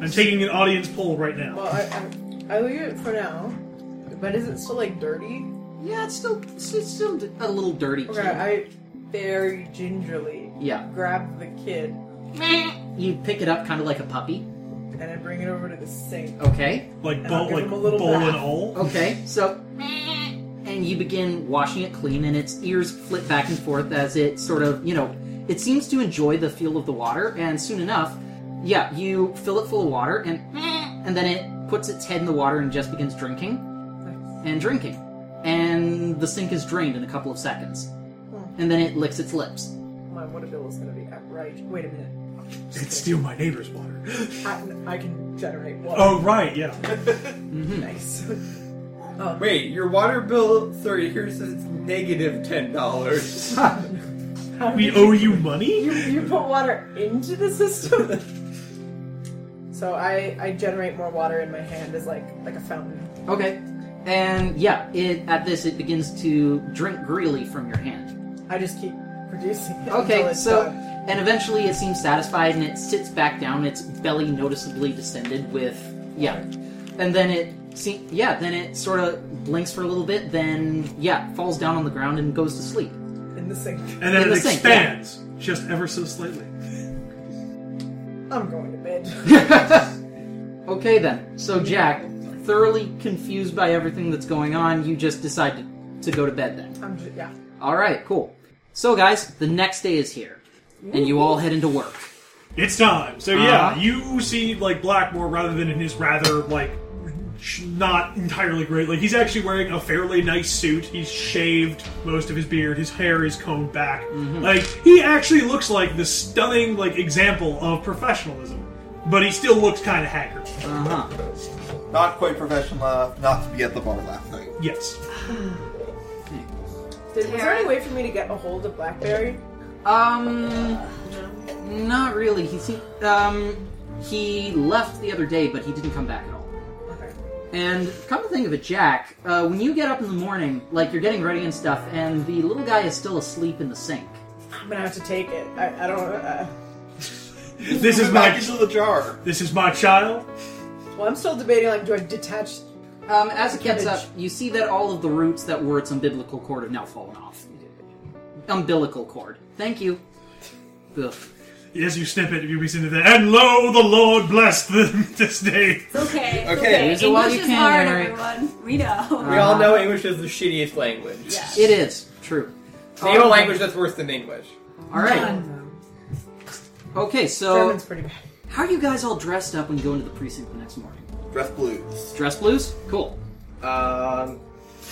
[SPEAKER 8] I'm taking an audience poll right now.
[SPEAKER 5] Well, I, I, I leave it for now. But is it still like dirty?
[SPEAKER 1] Yeah, it's still it's, it's still a little dirty. too.
[SPEAKER 5] Okay, I very gingerly
[SPEAKER 1] yeah,
[SPEAKER 5] grab the kid
[SPEAKER 1] you pick it up kind of like a puppy.
[SPEAKER 5] and I bring it over to the sink.
[SPEAKER 1] Okay,
[SPEAKER 8] Like bowl,
[SPEAKER 5] I'll give
[SPEAKER 8] like
[SPEAKER 5] him a little
[SPEAKER 8] bowl and
[SPEAKER 5] bath.
[SPEAKER 8] all.
[SPEAKER 1] okay, so and you begin washing it clean, and its ears flip back and forth as it sort of you know it seems to enjoy the feel of the water, and soon enough, yeah, you fill it full of water, and and then it puts its head in the water and just begins drinking
[SPEAKER 5] Oh.
[SPEAKER 1] and drinking, and the sink is drained in a couple of seconds, and then it licks its lips.
[SPEAKER 5] My water bill is going to be outright. Wait a minute.
[SPEAKER 8] It's steal my neighbor's water.
[SPEAKER 5] I, I can generate water.
[SPEAKER 8] Oh right, yeah.
[SPEAKER 5] Nice. Oh,
[SPEAKER 2] Wait, your water bill, sorry, here says it's negative $10.
[SPEAKER 8] We owe you money.
[SPEAKER 5] You, you put water into the system. so I, I generate more water in my hand as like like a fountain.
[SPEAKER 1] Okay. And yeah, it at this it begins to drink greedily from your hand.
[SPEAKER 5] I just keep producing. It until
[SPEAKER 1] Okay,
[SPEAKER 5] it's uh,
[SPEAKER 1] so
[SPEAKER 5] done.
[SPEAKER 1] and eventually it seems satisfied and it sits back down, its belly noticeably distended with yeah. And then it see yeah, then it sort of blinks for a little bit, then yeah, falls down on the ground and goes to sleep.
[SPEAKER 5] in the sink,
[SPEAKER 8] And then
[SPEAKER 1] In
[SPEAKER 8] it
[SPEAKER 1] the sink,
[SPEAKER 8] expands just ever so slightly.
[SPEAKER 5] I'm going to bed.
[SPEAKER 1] Okay then. So Jack, thoroughly confused by everything that's going on, you just decide to, to go to bed then.
[SPEAKER 5] I'm just, yeah.
[SPEAKER 1] All right, cool. So guys, the next day is here, and you all head into work.
[SPEAKER 8] It's time. So yeah,
[SPEAKER 1] Uh-huh.
[SPEAKER 8] you see like Blackmore rather than in his rather like sh- not entirely great. Like he's actually wearing a fairly nice suit. He's shaved most of his beard. His hair is combed back. Like he actually looks like the stunning like example of professionalism. But he still looks kind of haggard.
[SPEAKER 1] Uh huh.
[SPEAKER 4] Not quite professional enough not to be at the bar last night.
[SPEAKER 8] Yes.
[SPEAKER 5] Did, was there
[SPEAKER 7] Tara?
[SPEAKER 5] any way for me to get a hold of Blackberry?
[SPEAKER 1] Um, not really. He se- um he left the other day, but he didn't come back at all.
[SPEAKER 5] Okay.
[SPEAKER 1] And come to think of it, Jack, uh, when you get up in the morning, like you're getting ready and stuff, and the little guy is still asleep in the sink.
[SPEAKER 5] I'm gonna have to take it. I, I don't. Uh,
[SPEAKER 8] This is
[SPEAKER 4] Back
[SPEAKER 8] my
[SPEAKER 4] into the jar.
[SPEAKER 8] this is my child.
[SPEAKER 5] well, I'm still debating. Like, do I detach?
[SPEAKER 1] Um, as it gets up,
[SPEAKER 5] Cabbage.
[SPEAKER 1] you see that all of the roots that were its umbilical cord have now fallen off. Umbilical cord. Thank you. Ugh.
[SPEAKER 8] As you snip it, you be sitting there. And lo, the Lord blessed them this day.
[SPEAKER 7] It's okay. It's
[SPEAKER 2] Okay.
[SPEAKER 7] okay.
[SPEAKER 1] Use it while
[SPEAKER 7] English
[SPEAKER 1] you
[SPEAKER 7] is
[SPEAKER 1] can,
[SPEAKER 7] hard,
[SPEAKER 1] Eric.
[SPEAKER 7] everyone. We know.
[SPEAKER 2] We
[SPEAKER 3] Ah.
[SPEAKER 2] all know English is the shittiest language.
[SPEAKER 7] Yeah.
[SPEAKER 1] It is true.
[SPEAKER 2] Name
[SPEAKER 1] Um,
[SPEAKER 2] a language that's worse than English.
[SPEAKER 1] All right. Okay, so
[SPEAKER 5] German's pretty bad.
[SPEAKER 1] How are you guys all dressed up when you go into the precinct the next morning?
[SPEAKER 4] Dress blues.
[SPEAKER 1] Dress blues? Cool.
[SPEAKER 2] Um,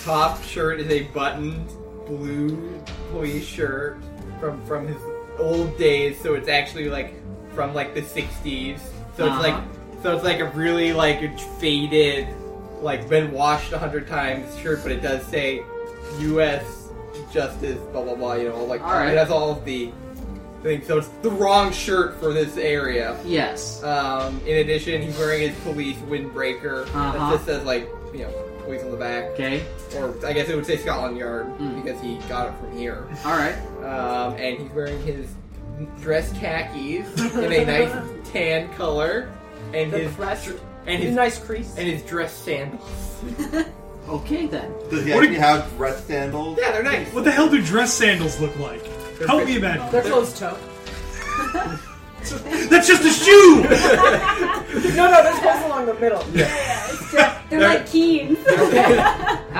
[SPEAKER 2] top shirt is a buttoned blue police shirt from from his old days, so it's actually like from like the '60s. So
[SPEAKER 1] Uh-huh.
[SPEAKER 2] it's like so it's like a really like faded, like been washed a hundred times shirt, but it does say U.S. Justice, blah blah blah. You know, like
[SPEAKER 1] All right.
[SPEAKER 2] it has all of the things. So it's the wrong shirt for this area.
[SPEAKER 1] Yes.
[SPEAKER 2] Um, in addition, he's wearing his police windbreaker
[SPEAKER 1] Uh-huh.
[SPEAKER 2] that just says like you know police on the back,
[SPEAKER 1] Okay.
[SPEAKER 2] or I guess it would say Scotland Yard
[SPEAKER 1] Mm.
[SPEAKER 2] because he got it from here.
[SPEAKER 1] All right.
[SPEAKER 2] Um, and he's wearing his dress khakis in a nice tan color, and
[SPEAKER 5] The
[SPEAKER 2] his
[SPEAKER 5] press-
[SPEAKER 2] dr- and
[SPEAKER 5] A
[SPEAKER 2] his
[SPEAKER 5] nice crease.
[SPEAKER 2] and his dress sandals.
[SPEAKER 1] Okay then.
[SPEAKER 4] Does he
[SPEAKER 8] What do
[SPEAKER 4] actually
[SPEAKER 8] you-
[SPEAKER 4] have dress sandals?
[SPEAKER 2] Yeah, they're nice.
[SPEAKER 8] What the hell do dress sandals look like? Help me imagine.
[SPEAKER 5] They're closed toe.
[SPEAKER 8] That's just a shoe!
[SPEAKER 5] No, no, they're closed along the middle.
[SPEAKER 7] They're like keen.
[SPEAKER 1] How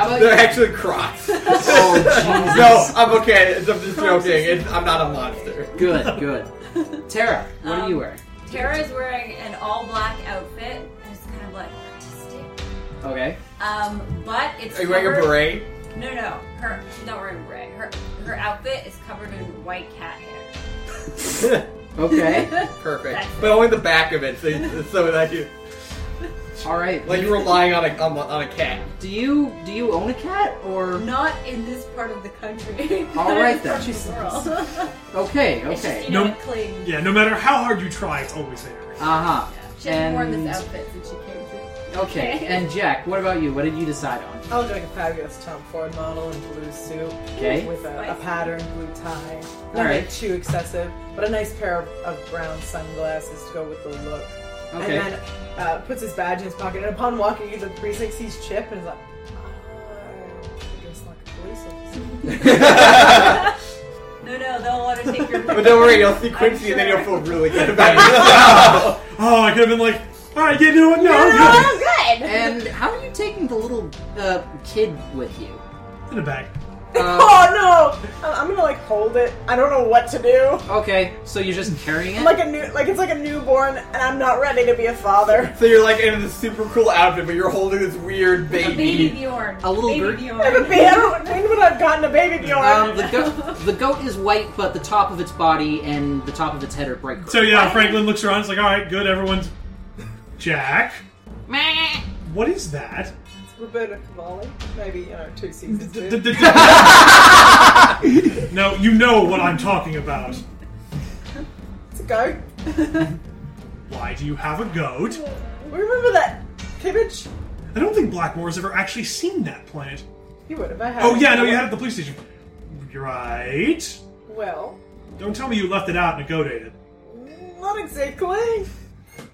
[SPEAKER 1] about
[SPEAKER 2] They're
[SPEAKER 1] you?
[SPEAKER 2] actually Crocs.
[SPEAKER 1] Oh,
[SPEAKER 2] no, I'm okay. I'm just joking. It's, I'm not a monster.
[SPEAKER 1] jeez. Good, good. Tara, what are you wearing?
[SPEAKER 7] Tara is wearing an all black outfit. It's kind of like artistic.
[SPEAKER 1] Okay.
[SPEAKER 7] Um, but it's.
[SPEAKER 2] Are you wearing a
[SPEAKER 7] covered-
[SPEAKER 2] beret?
[SPEAKER 7] No, no. Her she's not wearing a beret. Her her outfit is covered in white cat hair.
[SPEAKER 1] Okay.
[SPEAKER 2] Perfect.
[SPEAKER 7] That's-
[SPEAKER 2] But only the back of it, so, you- so that you
[SPEAKER 1] All right.
[SPEAKER 2] like you're relying on a on, a- on a cat.
[SPEAKER 1] do you do you own a cat or?
[SPEAKER 7] Not in this part of the country.
[SPEAKER 1] All right then.
[SPEAKER 7] Part of the world.
[SPEAKER 1] Okay.
[SPEAKER 7] It's just,
[SPEAKER 1] Okay.
[SPEAKER 7] you know,
[SPEAKER 8] Nope.
[SPEAKER 7] it clings.
[SPEAKER 8] Yeah, no matter how hard you try, it's always there.
[SPEAKER 1] Uh huh.
[SPEAKER 7] She hasn't worn
[SPEAKER 1] And-
[SPEAKER 7] this outfit since she came to.
[SPEAKER 1] Okay.
[SPEAKER 7] Okay.
[SPEAKER 1] And Jack, what about you? What did you decide on?
[SPEAKER 5] I was doing a fabulous Tom Ford model in blue suit
[SPEAKER 1] Okay.
[SPEAKER 5] with a, a
[SPEAKER 7] Spicy.
[SPEAKER 5] pattern blue tie. Not
[SPEAKER 1] All
[SPEAKER 5] like,
[SPEAKER 1] right.
[SPEAKER 5] too excessive, but a nice pair of, of brown sunglasses to go with the look.
[SPEAKER 1] Okay.
[SPEAKER 5] And then uh, puts his badge in his pocket, and upon walking into the precinct, sees Chip and is like, "Oh, "I dress like a police officer."
[SPEAKER 7] No, no, they'll want to take your.
[SPEAKER 2] But don't worry, you'll see
[SPEAKER 7] I'm
[SPEAKER 2] Quincy and then
[SPEAKER 7] sure.
[SPEAKER 2] you'll feel really good about it.
[SPEAKER 8] Oh, I could have been like, all right, yeah, you know what? No, I'm good.
[SPEAKER 1] And how are you taking the little uh, kid with you? Uh,
[SPEAKER 8] In a bag.
[SPEAKER 5] oh no! I'm, I'm gonna like hold it. I don't know what to do.
[SPEAKER 1] Okay, so you're just carrying
[SPEAKER 5] I'm
[SPEAKER 1] it?
[SPEAKER 5] like a new, like it's like a newborn, and I'm not ready to be a father.
[SPEAKER 2] so you're like in this super cool outfit, but you're holding this weird
[SPEAKER 7] A baby Bjorn.
[SPEAKER 1] A little
[SPEAKER 7] baby
[SPEAKER 1] bird-
[SPEAKER 7] Bjorn.
[SPEAKER 5] I have a baby. I don't- When would I've gotten a baby Bjorn?
[SPEAKER 1] Um, the, goat, the goat is white, but the top of its body and the top of its head are bright.
[SPEAKER 8] So yeah, Franklin looks around. It's like, all right, good. Everyone's Jack. What is that?
[SPEAKER 5] Roberta Cavalli, maybe you know two seasons.
[SPEAKER 8] D- d-
[SPEAKER 5] in.
[SPEAKER 8] d- d- No, you know what I'm talking about.
[SPEAKER 5] It's a goat.
[SPEAKER 8] Why do you have a goat?
[SPEAKER 5] Remember that cabbage?
[SPEAKER 8] I don't think Blackmore's ever actually seen that plant.
[SPEAKER 5] You would have. I had
[SPEAKER 8] Oh
[SPEAKER 5] it.
[SPEAKER 8] yeah, no, you had it at the police station. You're Right.
[SPEAKER 5] Well,
[SPEAKER 8] Don't tell me you left it out and a goat ate it.
[SPEAKER 5] not exactly.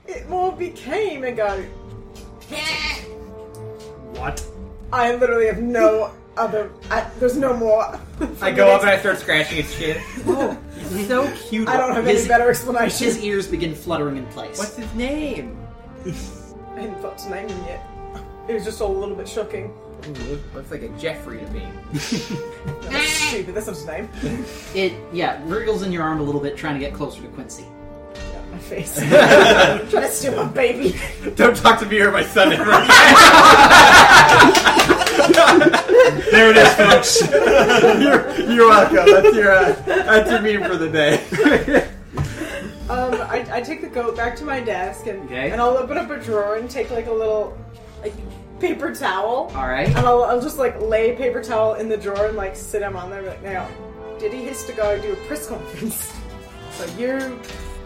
[SPEAKER 5] It more became a goat.
[SPEAKER 8] What?
[SPEAKER 5] I literally have no other. I, there's no more.
[SPEAKER 2] I go up and I start scratching his skin.
[SPEAKER 1] so cute.
[SPEAKER 5] I don't have
[SPEAKER 1] Oh, his,
[SPEAKER 5] any better explanation.
[SPEAKER 1] His ears begin fluttering in place.
[SPEAKER 2] What's his name?
[SPEAKER 5] I hadn't thought to name him yet. It was just all a little bit shocking.
[SPEAKER 2] Ooh, look- looks like a Jeffrey to me.
[SPEAKER 5] That's stupid. That's not his name.
[SPEAKER 1] It, yeah, wriggles in your arm a little bit, trying to get closer to Quincy.
[SPEAKER 5] Not my face. Trying to steal my baby.
[SPEAKER 2] Don't talk to me or my son.
[SPEAKER 8] There it is, folks. Oh,
[SPEAKER 2] you're, you're welcome. That's your uh, that's your meme for the day.
[SPEAKER 5] Um, I, I take the goat back to my desk and
[SPEAKER 1] Okay.
[SPEAKER 5] and I'll open up a drawer and take like a little like paper towel.
[SPEAKER 1] Alright.
[SPEAKER 5] And I'll, I'll just like lay paper towel in the drawer and like sit him on there. and be Like now, did he has to go do a press conference? so you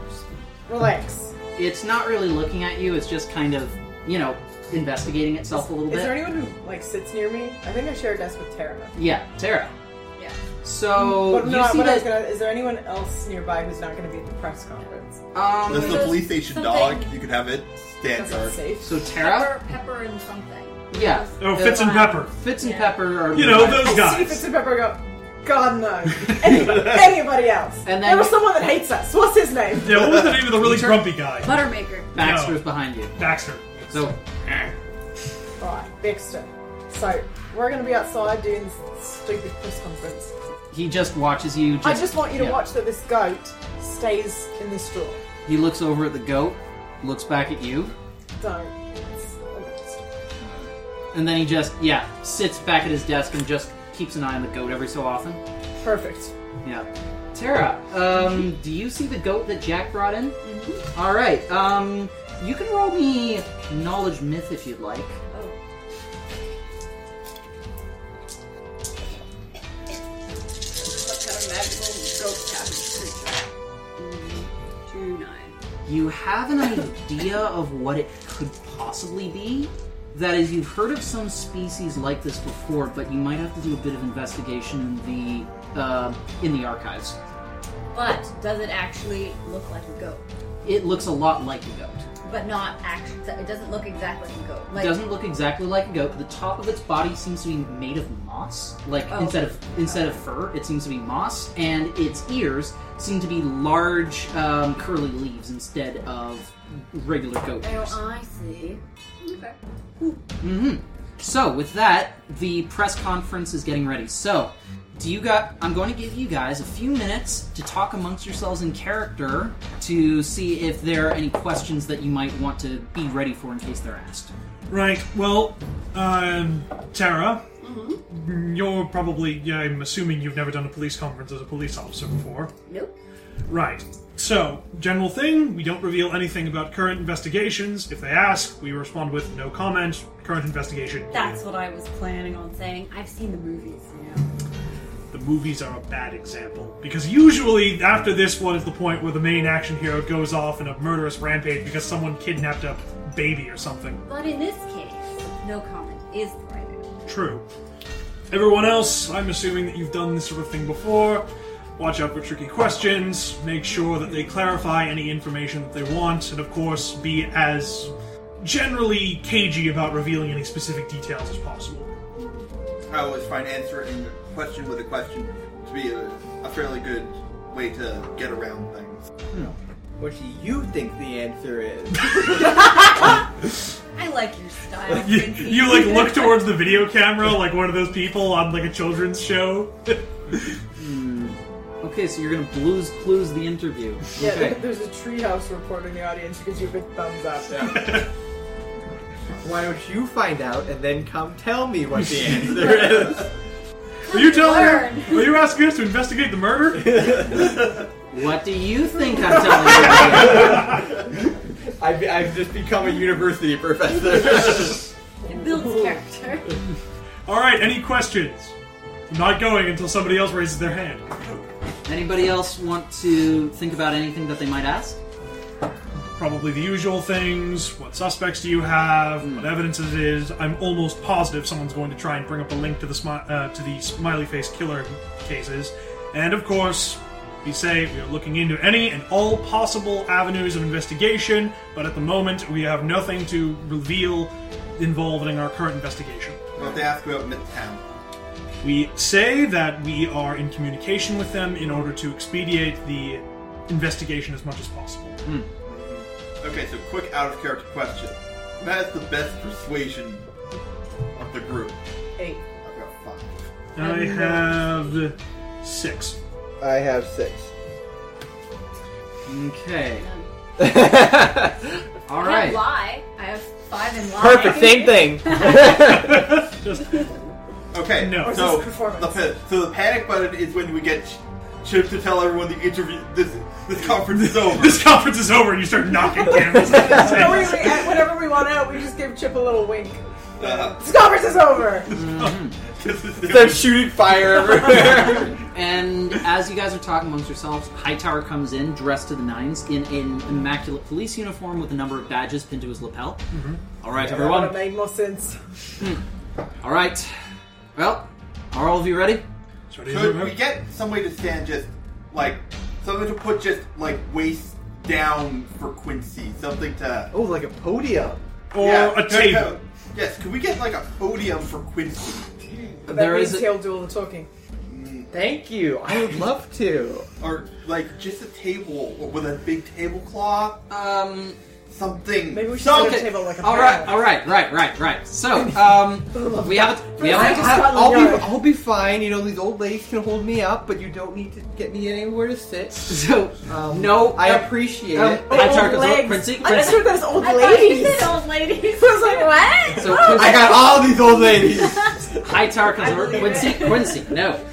[SPEAKER 5] just relax.
[SPEAKER 1] It's not really looking at you, it's just kind of, you know, investigating itself a little
[SPEAKER 5] Is
[SPEAKER 1] bit.
[SPEAKER 5] there anyone who like sits near me? I think I share a desk with Tara.
[SPEAKER 1] yeah, Tara.
[SPEAKER 7] Yeah.
[SPEAKER 1] So,
[SPEAKER 5] But
[SPEAKER 1] Oh, you
[SPEAKER 5] no,
[SPEAKER 1] see
[SPEAKER 5] what I was
[SPEAKER 1] that,
[SPEAKER 5] gonna, is there anyone else nearby who's not going to be at the press conference?
[SPEAKER 1] um,
[SPEAKER 4] That's the police station
[SPEAKER 7] Something.
[SPEAKER 4] dog. You could have it stand
[SPEAKER 5] That's not
[SPEAKER 4] guard.
[SPEAKER 5] safe.
[SPEAKER 1] so Tara,
[SPEAKER 7] Pepper, pepper, and something.
[SPEAKER 1] Yeah.
[SPEAKER 8] Oh, Fitz and Pepper.
[SPEAKER 1] Fitz and
[SPEAKER 7] Yeah.
[SPEAKER 1] Pepper are,
[SPEAKER 8] You know those
[SPEAKER 5] I see
[SPEAKER 8] guys.
[SPEAKER 5] Fitz and Pepper go. God no. Anybody, anybody else?
[SPEAKER 1] And then-
[SPEAKER 5] there was someone that hates us. What's his name?
[SPEAKER 8] Yeah, what was the name of the really grumpy guy?
[SPEAKER 7] Buttermaker.
[SPEAKER 1] Baxter's
[SPEAKER 8] No.
[SPEAKER 1] behind you.
[SPEAKER 8] Baxter.
[SPEAKER 1] So,
[SPEAKER 5] Right, Baxter. So we're going to be outside doing this stupid press conference.
[SPEAKER 1] He just watches you. Just,
[SPEAKER 5] I just want you to
[SPEAKER 1] yeah.
[SPEAKER 5] watch that this goat stays in this drawer.
[SPEAKER 1] He looks over at the goat, looks back at you,
[SPEAKER 5] Don't. It's- oh, it's-
[SPEAKER 1] and then he just yeah sits back at his desk and just keeps an eye on the goat every so often.
[SPEAKER 5] Perfect.
[SPEAKER 1] Yeah. Tara, um, do you see the goat that Jack brought in? All right. Um, you can roll me knowledge myth if you'd like.
[SPEAKER 7] Oh. What kind of magical ghost cabin creature? Mm, Two nine.
[SPEAKER 1] You have an idea of what it could possibly be. That is, you've heard of some species like this before, but you might have to do a bit of investigation in the uh, in the archives.
[SPEAKER 7] But does it actually look like a goat?
[SPEAKER 1] It looks a lot like a goat.
[SPEAKER 7] But not actually. It doesn't look exactly like a goat.
[SPEAKER 1] It
[SPEAKER 7] Like,
[SPEAKER 1] doesn't look exactly like a goat. The top of its body seems to be made of moss. Like
[SPEAKER 7] Oh.
[SPEAKER 1] instead of instead of fur, it seems to be moss, and its ears seem to be large um, curly leaves instead
[SPEAKER 7] um.
[SPEAKER 1] of regular goat ears.
[SPEAKER 7] Oh, I see. Okay.
[SPEAKER 1] Mm-hmm. So with that, the press conference is getting ready. So, do you got? I'm going to give you guys a few minutes to talk amongst yourselves in character to see if there are any questions that you might want to be ready for in case they're asked.
[SPEAKER 8] Right. Well, um, Tara, you're probably. I'm assuming you've never done a police conference as a police officer before.
[SPEAKER 6] Nope.
[SPEAKER 8] Right. So, general thing, we don't reveal anything about current investigations. If they ask, we respond with no comment. Current investigation.
[SPEAKER 6] That's what I was planning on saying. I've seen the movies, you know.
[SPEAKER 8] The movies are a bad example. Because usually, after this one, is the point where the main action hero goes off in a murderous rampage because someone kidnapped a baby or something.
[SPEAKER 6] But in this case, no comment is the right answer.
[SPEAKER 8] True. Everyone else, I'm assuming that you've done this sort of thing before. Watch out for tricky questions, make sure that they clarify any information that they want, and of course, be as generally cagey about revealing any specific details as possible.
[SPEAKER 4] I always find answering the question with a question to be a, a fairly good way to get around things.
[SPEAKER 2] What do you think the answer is?
[SPEAKER 7] I like your style.
[SPEAKER 8] You, you like look towards the video camera like one of those people on like a children's show.
[SPEAKER 1] Okay, so you're gonna blues clues the interview.
[SPEAKER 5] Yeah,
[SPEAKER 1] Okay.
[SPEAKER 5] there's a treehouse reporter in the audience who gives you a big thumbs up.
[SPEAKER 2] Why don't you find out and then come tell me what the answer is?
[SPEAKER 8] Were you telling
[SPEAKER 7] Learn.
[SPEAKER 8] her? Were you asking us to investigate the murder?
[SPEAKER 1] What do you think I'm telling you?
[SPEAKER 2] I've, I've just become a university professor.
[SPEAKER 7] It builds character.
[SPEAKER 8] All right, any questions? I'm not going until somebody else raises their hand.
[SPEAKER 1] Anybody else want to think about anything that they might ask?
[SPEAKER 8] probably the usual things. What suspects do you have? What evidence it is? I'm almost positive someone's going to try and bring up a link to the smi- uh, to the smiley face killer cases, and of course. We say we are looking into any and all possible avenues of investigation, but at the moment we have nothing to reveal involving our current investigation.
[SPEAKER 4] Well, if they ask about Midtown,
[SPEAKER 8] We say that we are in communication with them in order to expedite the investigation as much as possible.
[SPEAKER 1] Hmm.
[SPEAKER 4] Okay, so quick out of character question. That is the best persuasion of the group.
[SPEAKER 5] Eight.
[SPEAKER 4] I've got five.
[SPEAKER 8] I
[SPEAKER 1] uh,
[SPEAKER 8] have six.
[SPEAKER 2] I have six.
[SPEAKER 1] Okay. All
[SPEAKER 7] I have
[SPEAKER 1] right.
[SPEAKER 7] lie. I have five in lie.
[SPEAKER 2] Perfect, same thing.
[SPEAKER 8] Just
[SPEAKER 4] Okay,
[SPEAKER 8] No. Or is
[SPEAKER 4] so
[SPEAKER 5] Oh, this performance?
[SPEAKER 4] the pa- so the panic button is when we get Ch- Chip to tell everyone the interview this this conference is over.
[SPEAKER 8] this conference is over and you start knocking candles out of
[SPEAKER 5] No, we,
[SPEAKER 8] the
[SPEAKER 5] we,
[SPEAKER 8] table.
[SPEAKER 5] at- whenever we want out, we just give Chip a little wink.
[SPEAKER 4] Uh,
[SPEAKER 5] This conference is over!
[SPEAKER 4] this is
[SPEAKER 2] They're shooting fire everywhere.
[SPEAKER 1] And as you guys are talking amongst yourselves, Hightower comes in dressed to the nines in an immaculate police uniform with a number of badges pinned to his lapel.
[SPEAKER 5] Mm-hmm.
[SPEAKER 1] All right,
[SPEAKER 5] That
[SPEAKER 1] everyone.
[SPEAKER 5] made more sense.
[SPEAKER 1] All right. Well, are all of you ready?
[SPEAKER 4] Could we get some way to stand just like something to put just like waist down for Quincy? Something to
[SPEAKER 2] oh, like a podium.
[SPEAKER 8] Or
[SPEAKER 4] yeah,
[SPEAKER 8] a
[SPEAKER 4] no,
[SPEAKER 8] table.
[SPEAKER 4] no. Yes, could we get like a podium for Quincy?
[SPEAKER 5] That
[SPEAKER 1] There
[SPEAKER 5] means
[SPEAKER 1] is a-
[SPEAKER 5] he'll do all the talking.
[SPEAKER 2] Thank you. I would love to.
[SPEAKER 4] Or like just a table with a big tablecloth?
[SPEAKER 1] Um.
[SPEAKER 4] Something.
[SPEAKER 5] Maybe we should
[SPEAKER 4] something.
[SPEAKER 5] set a table like a
[SPEAKER 1] All right. All right. Right. Right. Right. So, um, we have a, we have a,
[SPEAKER 2] I'll be, I'll be fine. You know, these old ladies can hold me up, but you don't need to get me anywhere to sit.
[SPEAKER 1] so
[SPEAKER 2] Um,
[SPEAKER 1] no.
[SPEAKER 2] I
[SPEAKER 1] uh,
[SPEAKER 2] appreciate
[SPEAKER 1] um,
[SPEAKER 2] it.
[SPEAKER 1] Hightower goes,
[SPEAKER 5] legs.
[SPEAKER 1] Quincy.
[SPEAKER 5] I just
[SPEAKER 1] Quincy.
[SPEAKER 5] heard those old
[SPEAKER 7] I thought you
[SPEAKER 5] ladies.
[SPEAKER 7] said old ladies.
[SPEAKER 5] I was like,
[SPEAKER 7] what?
[SPEAKER 1] So
[SPEAKER 7] Oh,
[SPEAKER 1] Quincy,
[SPEAKER 4] I got all these old ladies.
[SPEAKER 1] Hightower comes
[SPEAKER 7] I
[SPEAKER 1] over.
[SPEAKER 7] believe
[SPEAKER 1] Quincy,
[SPEAKER 7] it.
[SPEAKER 1] Quincy, no.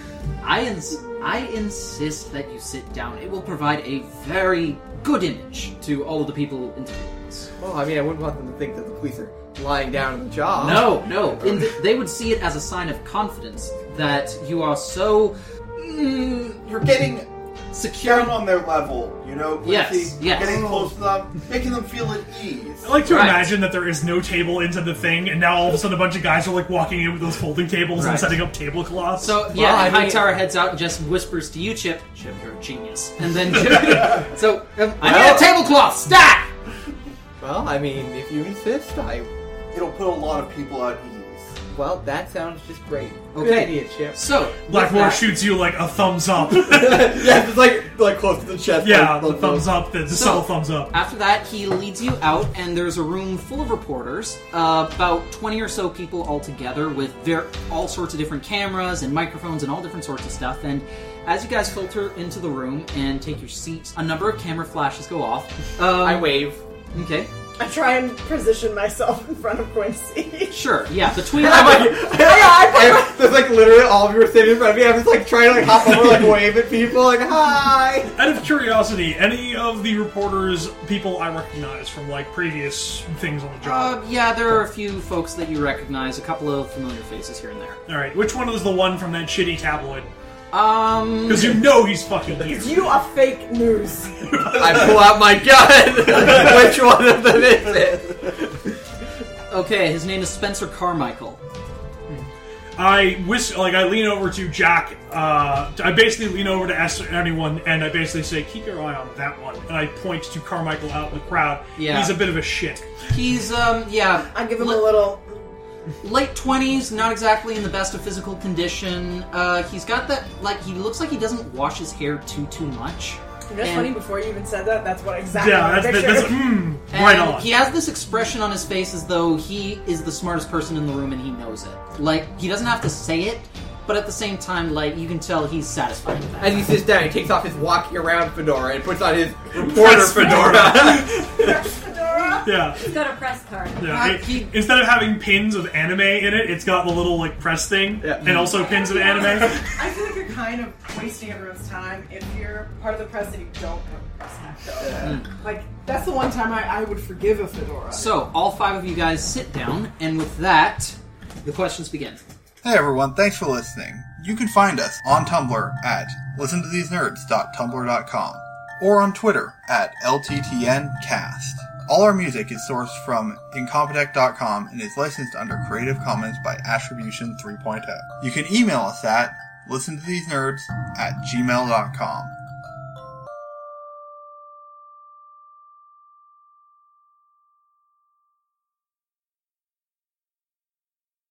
[SPEAKER 1] I ins- I insist that you sit down. It will provide a very good image to all of the people interviewing us.
[SPEAKER 2] Well, I mean, I wouldn't want them to think that the police are lying down on the job.
[SPEAKER 1] No, no. In they would see it as a sign of confidence that you are so mm,
[SPEAKER 4] You're getting
[SPEAKER 1] secure.
[SPEAKER 4] down on their level, you know? Quincy?
[SPEAKER 1] Yes, yes.
[SPEAKER 4] Getting close to them, making them feel at ease.
[SPEAKER 8] I like to
[SPEAKER 1] Right.
[SPEAKER 8] imagine that there is no table into the thing, and now all of a sudden a bunch of guys are like walking in with those folding tables
[SPEAKER 1] Right.
[SPEAKER 8] and setting up tablecloths.
[SPEAKER 1] So yeah,
[SPEAKER 2] Well,
[SPEAKER 1] and
[SPEAKER 2] Ah, I mean-
[SPEAKER 1] Hightower heads out and just whispers to you, Chip. Chip, you're a genius. And then Chip, so um, I need a
[SPEAKER 2] Well-
[SPEAKER 1] tablecloth. Stack.
[SPEAKER 2] Well, I mean, if you insist, I.
[SPEAKER 4] It'll put a lot of people at ease.
[SPEAKER 2] Well, that sounds just great. Good
[SPEAKER 1] Okay.
[SPEAKER 2] idea, Chip.
[SPEAKER 1] So
[SPEAKER 8] Blackmore
[SPEAKER 1] with that-
[SPEAKER 8] shoots you like a thumbs up.
[SPEAKER 2] yeah, it's like like close to the chest.
[SPEAKER 8] yeah,
[SPEAKER 2] like,
[SPEAKER 8] the
[SPEAKER 2] like,
[SPEAKER 8] thumbs up, the, the
[SPEAKER 1] So-
[SPEAKER 8] subtle thumbs up.
[SPEAKER 1] After that, he leads you out, and there's a room full of reporters, uh, about 20 or so people altogether, with ver- all sorts of different cameras and microphones and all different sorts of stuff. And as you guys filter into the room and take your seats, a number of camera flashes go off. Um,
[SPEAKER 2] I wave.
[SPEAKER 1] Okay,
[SPEAKER 5] I try and position myself in front of Quincy.
[SPEAKER 1] sure, yeah. Between
[SPEAKER 2] I'm like, I, there's like literally all of you are sitting in front of me. I'm just like trying to like hop over, like wave at people, like hi.
[SPEAKER 8] Out of curiosity, any of the reporters, people I recognize from like previous things on the job?
[SPEAKER 1] uh, yeah, there are a few folks that you recognize, a couple of familiar faces here and there.
[SPEAKER 5] Uh,
[SPEAKER 8] All right, which one was the one from that shitty tabloid?
[SPEAKER 1] Um,
[SPEAKER 8] Because you know he's fucking here.
[SPEAKER 5] You uh, are fake news.
[SPEAKER 2] I pull out my gun. Which one of them is it?
[SPEAKER 1] okay, his name is Spencer Carmichael.
[SPEAKER 8] I whisk, like I lean over to Jack. Uh, I basically lean over to ask anyone, and I basically say, "Keep your eye on that one." And I point to Carmichael out in the crowd.
[SPEAKER 1] Yeah.
[SPEAKER 8] he's a bit of a shit.
[SPEAKER 1] He's um, yeah.
[SPEAKER 5] I give him
[SPEAKER 1] Let-
[SPEAKER 5] a little.
[SPEAKER 1] late 20s not exactly in the best of physical condition uh, he's got that like he looks like he doesn't wash his hair too too much
[SPEAKER 5] You know, it's
[SPEAKER 1] And-
[SPEAKER 5] funny. Before you even said that, that's what exactly
[SPEAKER 8] Yeah,
[SPEAKER 5] I
[SPEAKER 8] that's, that's,
[SPEAKER 5] pictured.
[SPEAKER 8] that's mm, right
[SPEAKER 1] And
[SPEAKER 8] on.
[SPEAKER 1] he has this expression on his face as though he is the smartest person in the room and he knows it like he doesn't have to say it but at the same time like you can tell he's satisfied with that
[SPEAKER 2] As he sits down, he takes off his walking around fedora and puts on his reporter
[SPEAKER 8] Press
[SPEAKER 2] fedora.
[SPEAKER 5] Fedora.
[SPEAKER 8] yeah,
[SPEAKER 7] He's got a press card.
[SPEAKER 8] yeah.
[SPEAKER 1] Uh,
[SPEAKER 8] It-
[SPEAKER 1] he-
[SPEAKER 8] instead of having pins of anime in it, it's got the little like press thing,
[SPEAKER 2] Yeah.
[SPEAKER 8] and also pins of anime.
[SPEAKER 5] I feel like you're kind of wasting everyone's time if you're part of the press that you don't have a press hat, though. Like, that's the one time I, I would forgive a fedora.
[SPEAKER 1] so all five of you guys sit down and with that the questions begin
[SPEAKER 4] Hey everyone, thanks for listening. You can find us on Tumblr at listentothesenerds.tumblr.com or on Twitter at LTTNcast. All our music is sourced from incompetech.com and is licensed under Creative Commons by oh. Attribution 3.0. You can email us at listentothesenerds at gmail.com.